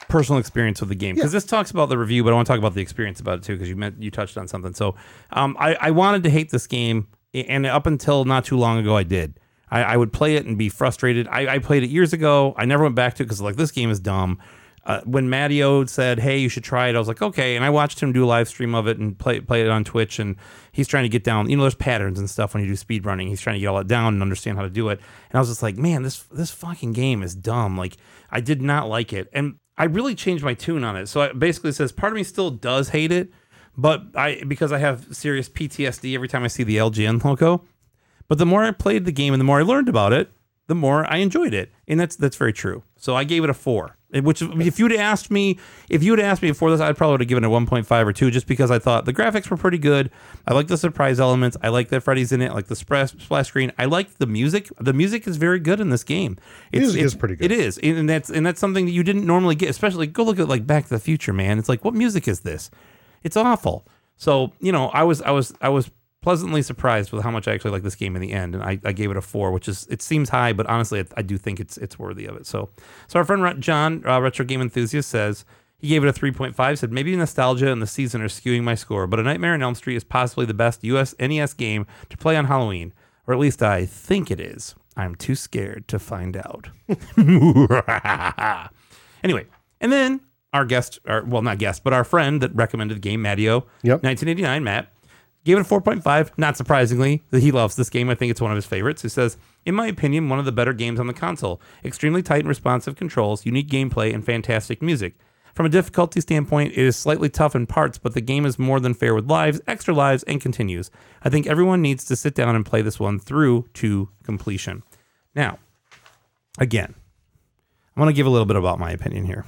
A: personal experience with the game because this talks about the review, but I want to talk about the experience about it too because you meant you touched on something. So, um, I I wanted to hate this game, a- and up until not too long ago, I did. I, I would play it and be frustrated. I, I played it years ago. I never went back to it because like this game is dumb. Uh, when Matteo said, "Hey, you should try it," I was like, "Okay." And I watched him do a live stream of it and play play it on Twitch. And he's trying to get down. You know, there's patterns and stuff when you do speed running. He's trying to get all that down and understand how to do it. And I was just like, "Man, this this fucking game is dumb." Like, I did not like it, and I really changed my tune on it. So it basically says, "Part of me still does hate it." But I, because I have serious PTSD every time I see the LGN logo, but the more I played the game and the more I learned about it, the more I enjoyed it, and that's that's very true. So I gave it a four, eh, which if you'd asked me, if you'd asked me before this, I'd probably would have given it a one point five or two, just because I thought the graphics were pretty good. I like the surprise elements. I like that Freddy's in it. I like the splash, splash screen. I like the music. The music is very good in this game. It's,
C: Music
A: it's-
C: is pretty good.
A: It is, and and that's and that's something that you didn't normally get. Especially go look at like Back to the Future, man. It's like what music is this? It's awful. So you know, I was I was I was pleasantly surprised with how much I actually like this game in the end, and I, I gave it a four, which is it seems high, but honestly, I, I do think it's it's worthy of it. So, so our friend Ro- John, uh, retro game enthusiast, says he gave it a three point five. Said maybe nostalgia and the season are skewing my score, but A Nightmare on Elm Street is possibly the best US NES E game to play on Halloween, or at least I think it is. I'm too scared to find out. anyway, and then our guest, our, well, not guest, but our friend that recommended the game, Matteo,
C: Yep.
A: 1989, Matt, gave it a 4.5. Not surprisingly, that he loves this game. I think it's one of his favorites. He says, in my opinion, one of the better games on the console. Extremely tight and responsive controls, unique gameplay, and fantastic music. From a difficulty standpoint, it is slightly tough in parts, but the game is more than fair with lives, extra lives, and continues. I think everyone needs to sit down and play this one through to completion. Now, again, I'm going to give a little bit about my opinion here.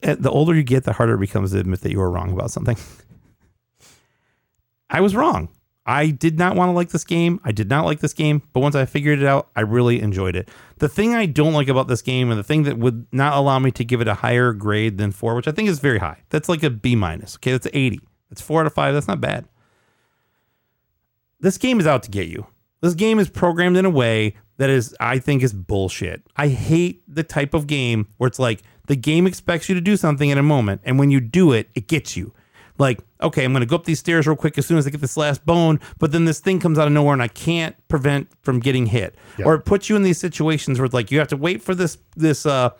A: Uh, The older you get, the harder it becomes to admit that you were wrong about something. I was wrong. I did not want to like this game. I did not like this game, but once I figured it out, I really enjoyed it. The thing I don't like about this game, and the thing that would not allow me to give it a higher grade than four, which I think is very high. That's like a B minus. Okay, that's 80. That's four out of five. That's not bad this game is out to get you. This game is programmed in a way that is, I think, is bullshit. I hate the type of game where it's like the game expects you to do something in a moment, and when you do it, it gets you. Like, okay, I'm gonna go up these stairs real quick as soon as I get this last bone, but then this thing comes out of nowhere and I can't prevent from getting hit. Or it puts you in these situations where it's like you have to wait for this this uh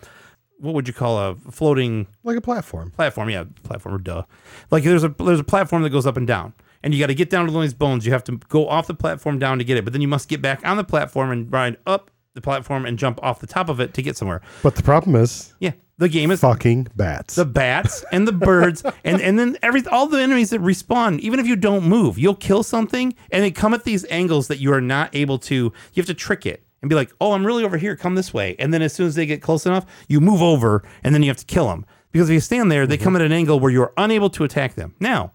A: what would you call a floating
C: like a platform.
A: platform. Yeah, platform. Duh. Like there's a there's a platform that goes up and down, and you got to get down to one of these bones. You have to go off the platform down to get it, but then you must get back on the platform and ride up the platform and jump off the top of it to get somewhere.
C: But the problem is
A: Yeah, the game is
C: fucking bats.
A: the bats and the birds and and then every all the enemies that respawn even if you don't move you'll kill something and they come at these angles that you are not able to you have to trick it and be like oh i'm really over here come this way and then as soon as they get close enough you move over and then you have to kill them because if you stand there they come at an angle where you're unable to attack them now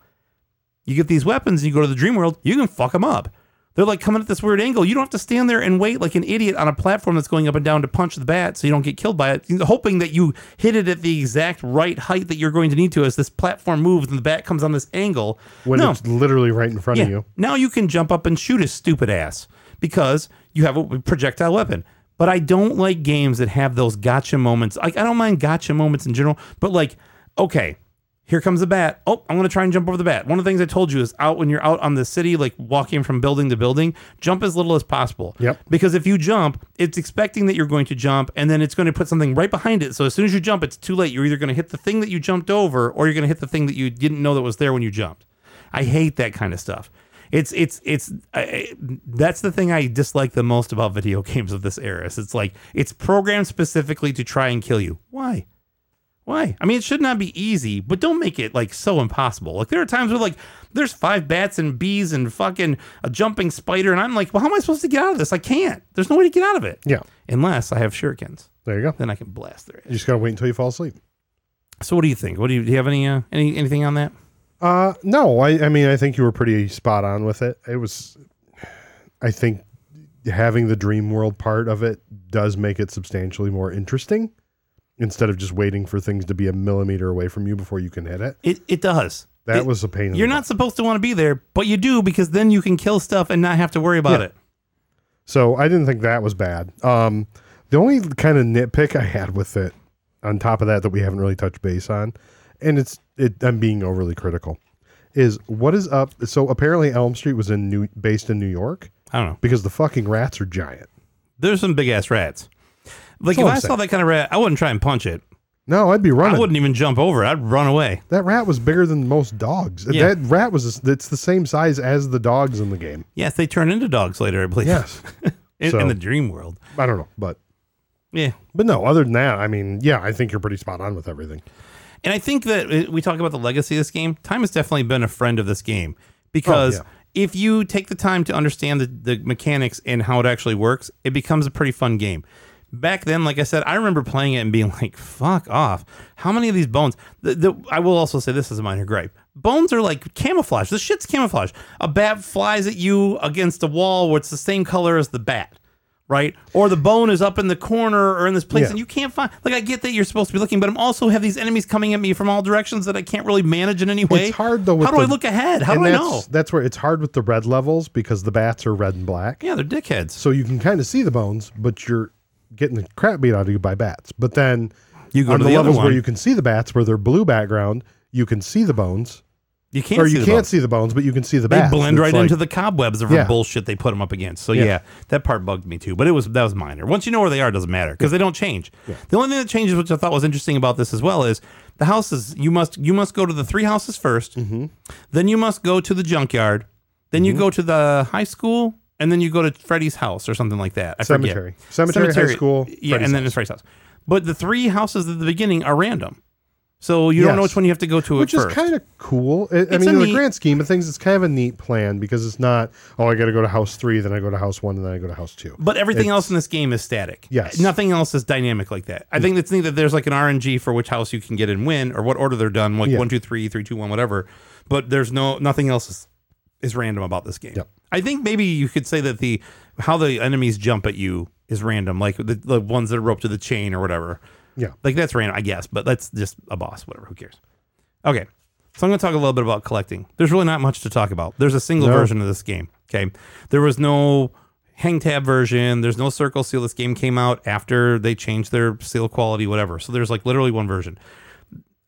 A: you get these weapons and you go to the dream world, you can fuck them up. They're like coming at this weird angle. You don't have to stand there and wait like an idiot on a platform that's going up and down to punch the bat so you don't get killed by it, hoping that you hit it at the exact right height that you're going to need to as this platform moves and the bat comes on this angle.
C: when
A: no,
C: it's literally right in front of
A: yeah.
C: you.
A: Now you can jump up and shoot his stupid ass because you have a projectile weapon. But I don't like games that have those gotcha moments. Like I don't mind gotcha moments in general, but like, okay, here comes the bat. Oh, I'm gonna try and jump over the bat. One of the things I told you is out when you're out on the city, like walking from building to building, jump as little as possible.
C: Yep.
A: Because if you jump, it's expecting that you're going to jump, and then it's going to put something right behind it. So as soon as you jump, it's too late. You're either going to hit the thing that you jumped over, or you're going to hit the thing that you didn't know that was there when you jumped. I hate that kind of stuff. It's it's it's I- I, that's the thing I dislike the most about video games of this era. Is it's like it's programmed specifically to try and kill you. Why? Why? I mean, it should not be easy, but don't make it like so impossible. Like there are times where like there's five bats and bees and fucking a jumping spider, and I'm like, well, how am I supposed to get out of this? I can't. There's no way to get out of it
C: Yeah.
A: unless I have shurikens.
C: There you go.
A: Then I can blast their
C: You
A: ass.
C: just gotta wait until you fall asleep.
A: So what do you think? What do you do? You have any uh, any anything on that?
C: Uh, no, I, I mean, I think you were pretty spot on with it. It was, I think, having the dream world part of it does make it substantially more interesting instead of just waiting for things to be a millimeter away from you before you can hit it.
A: It it does.
C: That
A: It-
C: was a pain. in the
A: You're not supposed to want to be there, but you do because then you can kill stuff and not have to worry about
C: Yeah.
A: it.
C: So I didn't think that was bad. Um, the only kind of nitpick I had with it, on top of that, that we haven't really touched base on, and it's it, I'm being overly critical, is what is up? So apparently Elm Street was in New, based in New York
A: I don't know.
C: because the fucking rats are giant.
A: There's some big ass rats. Like
C: That's all
A: if
C: I'm
A: I saw that kind of rat, I wouldn't try and punch it.
C: No, I'd be
A: I
C: running.
A: wouldn't even jump over. it. I'd run away.
C: That rat was bigger than most dogs.
A: Yeah.
C: That rat was it's the same size as the dogs in the game.
A: Yes, they turn into dogs later, I believe.
C: Yes,
A: in,
C: so-
A: in the dream world.
C: I don't know, but
A: Yeah.
C: but no. Other than that, I mean, yeah, I think you're pretty spot on with everything.
A: And I think that uh, we talk about the legacy of this game. Time has definitely been a friend of this game because
C: Oh, yeah.
A: if you take the time to understand the, the mechanics and how it actually works, it becomes a pretty fun game. Back then, like I said, I remember playing it and being like, fuck off. How many of these bones? The, the, I will also say this is a minor gripe. Bones are like camouflage. This shit's camouflage. A bat flies at you against a wall where it's the same color as the bat right? Or the bone is up in the corner or in this place,
C: Yeah.
A: and you can't find. Like I get that you're supposed to be looking, but I'm also have these enemies coming at me from all directions that I can't really manage in any way.
C: hard, though, with
A: How do I
C: the-
A: look ahead? How do I
C: that's,
A: know?
C: That's where it's hard with the red levels because the bats are red and black.
A: Yeah, they're dickheads.
C: So you can kind of see the bones, but you're getting the crap beat out of you by bats. But then
A: You go
C: on
A: to
C: the,
A: the other
C: levels where
A: one.
C: you can see the bats, where they're blue background, you can see the bones,
A: You can't.
C: or
A: see
C: you
A: the
C: can't
A: bones.
C: see the bones, but you can see the
A: They
C: bats.
A: blend
C: It's
A: right
C: like-
A: into the cobwebs of
C: Yeah.
A: bullshit they put them up against. So yeah.
C: Yeah.
A: that part bugged me too. But it was that was minor. Once you know where they are, it doesn't matter because they don't change. The only thing that changes, which I thought was interesting about this as well, is the houses. You must you must go to the three houses 1st
C: Mm-hmm.
A: then you must go to the junkyard, then you go to the high school, and then you go to Freddy's house or something like that. I forget.
C: Cemetery. Cemetery, high school,
A: yeah,
C: Freddy's
A: and then it's Freddy's house. But the three houses at the beginning are random, so you don't know
C: Yes.
A: which one you have to go to
C: which
A: at
C: is
A: first.
C: kind of cool. I, I
A: It's
C: mean,
A: a
C: in the
A: neat-
C: grand scheme of things, it's kind of a neat plan because it's not. Oh, I got to go to house three, then I go to house one, and then I go to house two.
A: But everything else in this game is static.
C: Yes.
A: Nothing else is dynamic like that. I think it's neat that there's like an RNG for which house you can get and win or what order they're done, like
C: Yeah.
A: one, two, three, three, two, one, whatever. But there's no nothing else is, is random about this game.
C: Yep.
A: I think maybe you could say that the how the enemies jump at you is random, like the, the ones that are roped to the chain or whatever.
C: Yeah.
A: Like that's random, I guess, but that's just a boss, whatever. Who cares? Okay. So I'm going to talk a little bit about collecting. There's really not much to talk about. There's a single
C: No.
A: version of this game. Okay. There was no hang tab version. There's no circle seal. This game came out after they changed their seal quality, whatever. So there's like literally one version.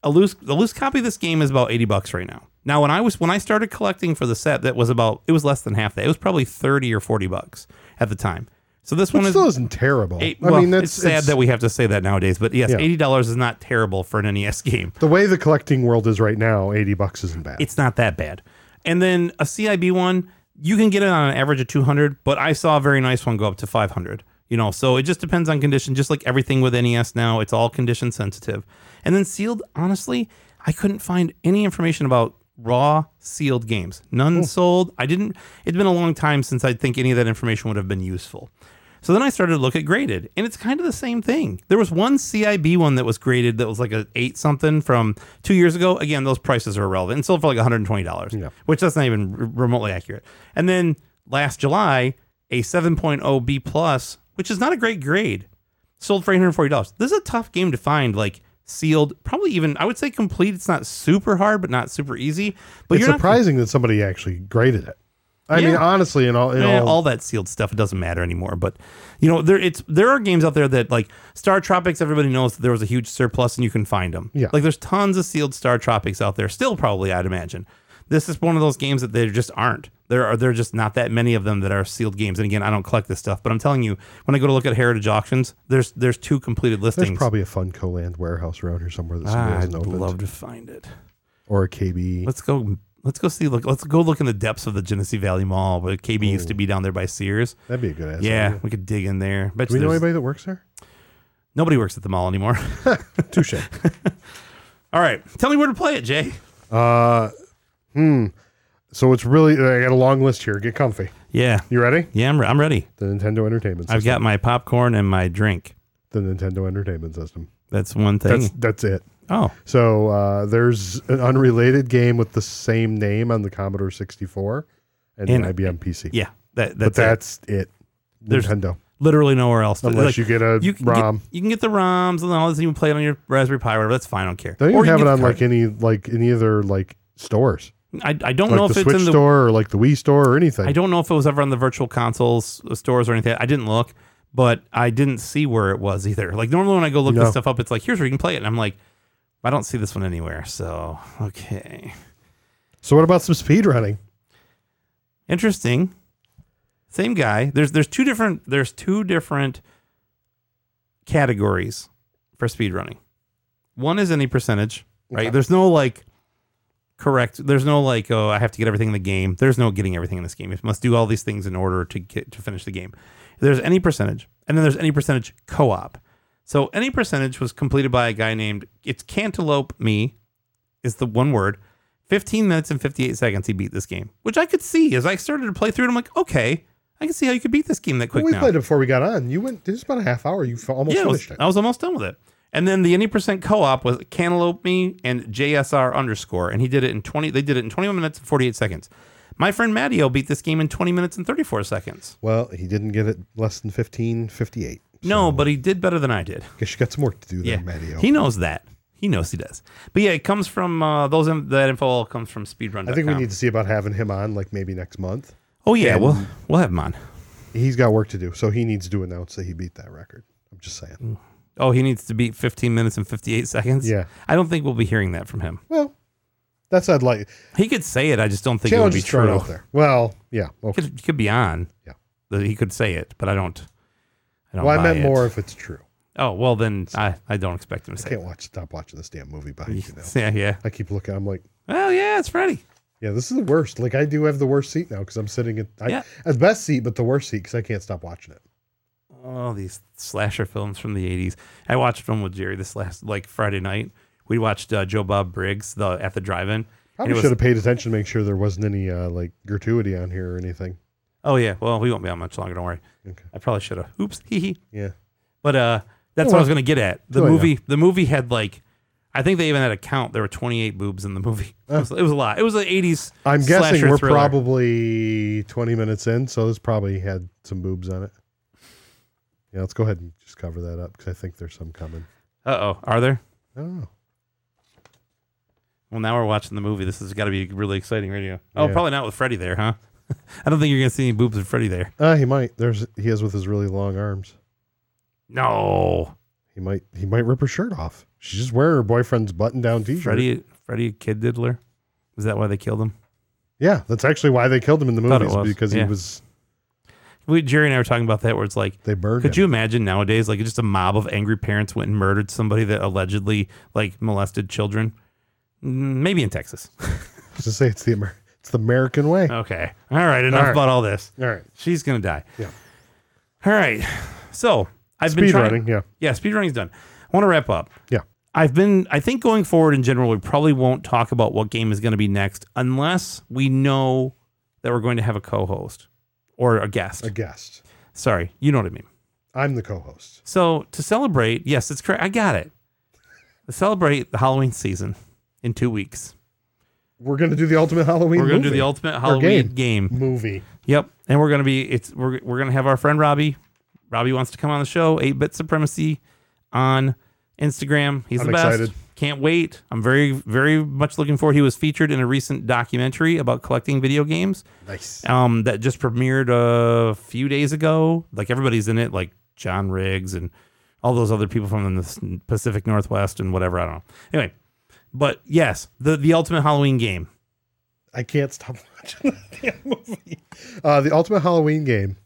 A: A loose the loose copy of this game is about 80 bucks right now. Now when I was when I started collecting for the set, that was about it was less than half that. It was probably 30 or 40 bucks at the time. So this one
C: Which
A: is
C: still isn't terrible.
A: Eight-
C: I
A: well,
C: mean, that's
A: it's sad that we have to say that nowadays, but yes,
C: Yeah.
A: eighty dollars is not terrible for an NES game.
C: the way the collecting world is right now. Eighty bucks isn't bad.
A: It's not that bad. And then a CIB one, you can get it on an average of two hundred, but I saw a very nice one go up to five hundred. You know, so it just depends on condition. Just like everything with NES now, it's all condition sensitive. And then sealed, honestly, I couldn't find any information about raw sealed games. None sold. I didn't. It's been a long time since I think any of that information would have been useful. So then I started to look at graded, and it's kind of the same thing. There was one CIB one that was graded that was like a eight something from two years ago. Again, those prices are irrelevant. It sold for like one hundred and twenty dollars,
C: Yeah.
A: which that's not even r- remotely accurate. And then last July, a 7.0 B plus, which is not a great grade, sold for eight hundred forty dollars. This is a tough game to find, like sealed. Probably even I would say complete. It's not super hard, but not super easy. But
C: it's
A: you're not
C: surprising that somebody actually graded it. I
A: Yeah.
C: mean, honestly, in all, in
A: Eh,
C: all,
A: all that sealed stuff it doesn't matter anymore but you know there it's there are games out there that like star tropics everybody knows that there was a huge surplus and you can find them
C: Yeah.
A: like there's tons of sealed star tropics out there still probably i'd imagine this is one of those games that there just aren't there are there are just not that many of them that are sealed games and again i don't collect this stuff but i'm telling you when i go to look at heritage auctions there's there's two completed
C: there's
A: listings
C: probably a fun Coland warehouse around here somewhere that somebody
A: Ah, i'd
C: hasn't opened,
A: love to find it
C: or a KB.
A: let's go Let's go see. Look, let's go look in the depths of the Genesee Valley Mall, where KB used to be down there by Sears.
C: That'd be a good ass.
A: yeah,
C: idea.
A: we could dig in there. Bet
C: Do
A: you
C: we know
A: there's-
C: anybody that works there?
A: nobody works at the mall anymore.
C: Touche.
A: All right, tell me where to play it, Jay.
C: uh, hmm. So it's really I got a long list here. Get comfy.
A: Yeah,
C: You ready?
A: yeah, I'm, re- I'm ready.
C: The Nintendo Entertainment. System.
A: I've got my popcorn and my drink.
C: the Nintendo Entertainment System.
A: That's one thing.
C: That's that's it.
A: oh,
C: So uh, there's an unrelated game with the same name on the Commodore 64 and,
A: And-
C: the IBM PC.
A: yeah. That, that's
C: but
A: it.
C: that's it.
A: There's-
C: Nintendo.
A: literally nowhere else. to-
C: Unless
A: like,
C: you get a
A: you can
C: ROM.
A: Get, you can get the ROMs and all this. You can play it on your Raspberry Pi or whatever. That's fine. I don't care.
C: Don't even
A: Or you
C: have
A: can
C: it
A: get
C: on
A: the
C: like
A: card.
C: any like any other like stores,
A: I, I don't know
C: like
A: if
C: the
A: it's
C: Switch
A: in the.
C: store or like the Wii store or anything.
A: I don't know if it was ever on the virtual consoles uh, stores or anything. I didn't look, but I didn't see where it was either. Like normally when I go look
C: No.
A: this stuff up, it's like here's where you can play it, and I'm like, I don't see this one anywhere. So okay,
C: so what about some speed running?
A: interesting. Same guy. There's there's two different there's two different categories for speedrunning. One is any percentage, right?
C: Okay.
A: There's no like correct. There's no like oh I have to get everything in the game. There's no getting everything in this game. You must do all these things in order to get to finish the game. There's any percentage, and then there's any percentage co-op. So any percentage was completed by a guy named it's Cantaloupe Me, is the one word. 15 minutes and 58 seconds he beat this game, which I could see as I started to play through it. I'm like, okay, I can see how you could beat this game that quick
C: we
A: now.
C: played it before we got on. You went. This is about a half hour. You f- almost
A: Yeah, I was, uh,
C: finished it.
A: I was almost done with it. And then the any percent co-op was Cantaloupe Me and JSR underscore, and he did it in twenty. They did it in twenty-one minutes and forty-eight seconds. My friend Matteo beat this game in twenty minutes and thirty-four seconds.
C: Well, he didn't get it less than fifteen fifty-eight.
A: No, but he did better than I did.
C: Guess you got some work to do there,
A: Yeah,
C: Matteo.
A: he knows that. He knows he does. But yeah, it comes from uh, those. In, that info all comes from speedrun.
C: I think we need to see about having him on, like maybe next month.
A: Oh yeah, we'll we'll have him on.
C: He's got work to do, so he needs to announce that he beat that record. I'm just saying.
A: Oh, he needs to beat fifteen minutes and fifty-eight seconds.
C: Yeah.
A: I don't think we'll be hearing that from him.
C: Well, that's I'd like.
A: He could say it. I just don't think it would
C: Challenge
A: be
C: is thrown
A: true.
C: out there. Well, yeah. Okay.
A: could could be on.
C: Yeah.
A: That he could say it, but I don't. I don't.
C: Well, I
A: buy
C: meant
A: it.
C: more if it's true.
A: Oh well, then I, I don't expect him to say.
C: Can't watch. Stop watching this damn movie behind you now.
A: it. Yeah, yeah.
C: I keep looking. I'm like,
A: Well, yeah, it's Freddy.
C: yeah, this is the worst. Like I do have the worst seat now because I'm sitting at I, uh,
A: Yeah.
C: the best seat, but the worst seat because I can't stop watching it.
A: All these slasher films from the '80s. I watched one with Jerry this last like Friday night. We watched uh, Joe Bob Briggs the at the drive-in. And
C: Probably
A: it was-
C: should have paid attention to make sure there wasn't any uh, like gratuity on here or anything.
A: Oh yeah. Well, we won't be on much longer. Don't worry.
C: Okay.
A: I probably should have. Oops. Hee hee.
C: Yeah.
A: But uh, that's what I was gonna get at. The
C: Oh, yeah.
A: movie, the movie had like, I think they even had a count. There were 28 boobs in the movie. It, was, it was a lot. It was an 80s.
C: I'm guessing
A: slasher
C: we're
A: thriller.
C: probably 20 minutes in, so this probably had some boobs on it. Yeah, let's go ahead and just cover that up because I think there's some coming.
A: Uh oh. Are there?
C: I don't know.
A: Well, now we're watching the movie. This has got to be really exciting radio. Oh,
C: Yeah.
A: probably not with Freddy there, huh? I don't think you're gonna see any boobs with Freddy there.
C: Uh, he might. There's he is with his really long arms.
A: No,
C: He might he might rip her shirt off. She's just wearing her boyfriend's button down t-shirt.
A: Freddy, Freddy, a kid diddler. Is that why they killed him?
C: Yeah, that's actually why they killed him in the
A: Thought it
C: movies
A: was,
C: because
A: yeah.
C: he was
A: We, Jerry and I were talking about that, where it's like,
C: they burned
A: could
C: him.
A: you imagine nowadays, like just a mob of angry parents went and murdered somebody that allegedly like molested children? Mm, Maybe in Texas.
C: to say it's the Amer- it's the American way.
A: okay, all right, enough
C: All right.
A: about all this.
C: All right.
A: She's gonna die.
C: Yeah.
A: All right. So I've been
C: Speed
A: trying.
C: running, yeah.
A: Yeah, speedrunning's done. I want to wrap up.
C: Yeah.
A: I've been, I think going forward in general, we probably won't talk about what game is going to be next unless we know that we're going to have a co host or a guest.
C: A guest.
A: Sorry, you know what I mean.
C: I'm the co-host.
A: So to celebrate, yes, it's correct. I got it. To celebrate the Halloween season in two weeks,
C: We're going to do the ultimate Halloween
A: we're going to do
C: movie.
A: the ultimate Halloween game.
C: movie.
A: Yep. And we're going to be, it's, we're, we're going to have our friend Robbie. Robbie wants to come on the show, 8 bit supremacy on Instagram. He's
C: I'm
A: the best.
C: excited.
A: Can't wait. I'm very, very much looking forward. He was featured in a recent documentary about collecting video games
C: Nice.
A: um, that just premiered a few days ago. Like everybody's in it, like John Riggs and all those other people from the s- Pacific Northwest and whatever. I don't know. Anyway, but yes, the, the ultimate Halloween game.
C: I can't stop watching that damn movie. Uh, the Ultimate Halloween Game.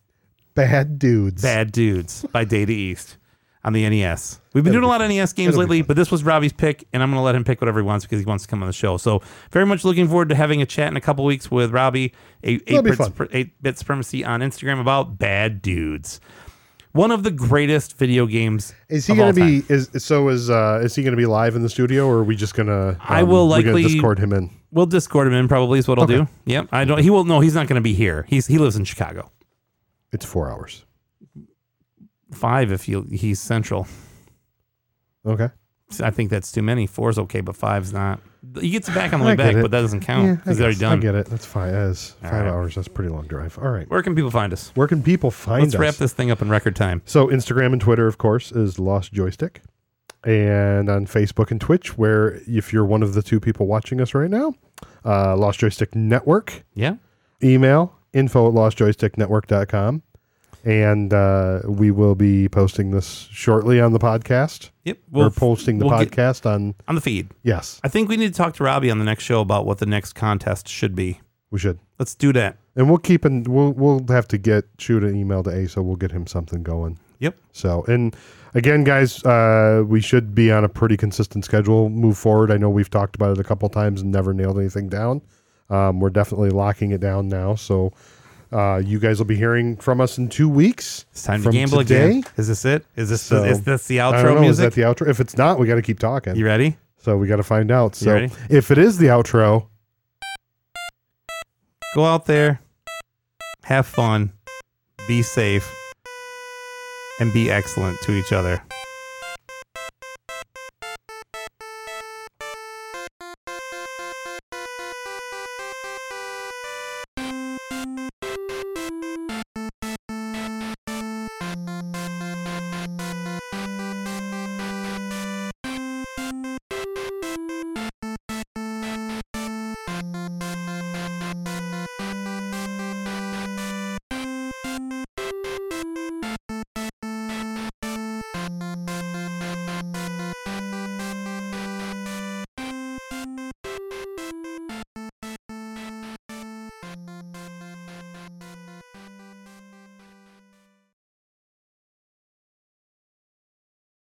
C: Bad dudes.
A: Bad Dudes by Data East. on the NES. We've been
C: That'll
A: doing a lot
C: be
A: of NES games
C: That'll be
A: lately, but this was Robbie's pick, and I'm going to let him pick whatever he wants because he wants to come on the show. So, very much looking forward to having a chat in a couple weeks with Robbie, a
C: be
A: 8
C: fun.
A: bit, 8 bit supremacy on Instagram about bad dudes. One of the greatest video games.
C: Is he
A: of
C: going
A: all
C: to
A: time.
C: be? Is so? Is uh, is he going to be live in the studio, or are we just going to?
A: I will likely-
C: discord him in.
A: We'll Discord him in probably is what I'll do. Yep. I don't. He will. No, he's not going to be here. He's he lives in Chicago.
C: It's four hours.
A: Five if you he's central.
C: Okay.
A: I think that's too many. Four's okay, but five's not. He gets it back on the
C: I
A: way
C: get
A: back,
C: it.
A: but that doesn't count
C: I
A: because they're already
C: guess. I
A: done.
C: get it. That's fine. That's
A: All
C: five
A: right.
C: hours. That's a pretty long drive. All right.
A: Where can people find us?
C: Where can people find
A: Let's
C: us?
A: wrap this thing up in record time.
C: So Instagram and Twitter, of course, is Lost Joystick, and on Facebook and Twitch, where if you're one of the two people watching us right now, uh, Lost Joystick Network.
A: Yeah.
C: Email info at lostjoysticknetwork.com, and uh, we will be posting this shortly on the podcast.
A: Yep.
C: We're posting the
A: we'll get-
C: podcast on.
A: on the feed.
C: Yes,
A: I think we need to talk to Robbie on the next show about what the next contest should be.
C: we should,
A: Let's do that.
C: and we'll keep and we'll we'll have to get shoot an email to A, so we'll get him something going.
A: Yep.
C: So, and again, guys, uh, we should be on a pretty consistent schedule move forward. I know we've talked about it a couple times and never nailed anything down. Um, we're definitely locking it down now. So, uh, you guys will be hearing from us in two weeks.
A: It's time
C: from
A: to gamble
C: today.
A: again. Is this it? Is this
C: So-
A: is this the
C: I don't
A: outro
C: know. Is
A: music?
C: that the outro? If it's not, we got to keep talking.
A: you ready?
C: so we got to find out.
A: You
C: So
A: ready?
C: if it is the outro,
A: Go out there, have fun, be safe, and be excellent to each other.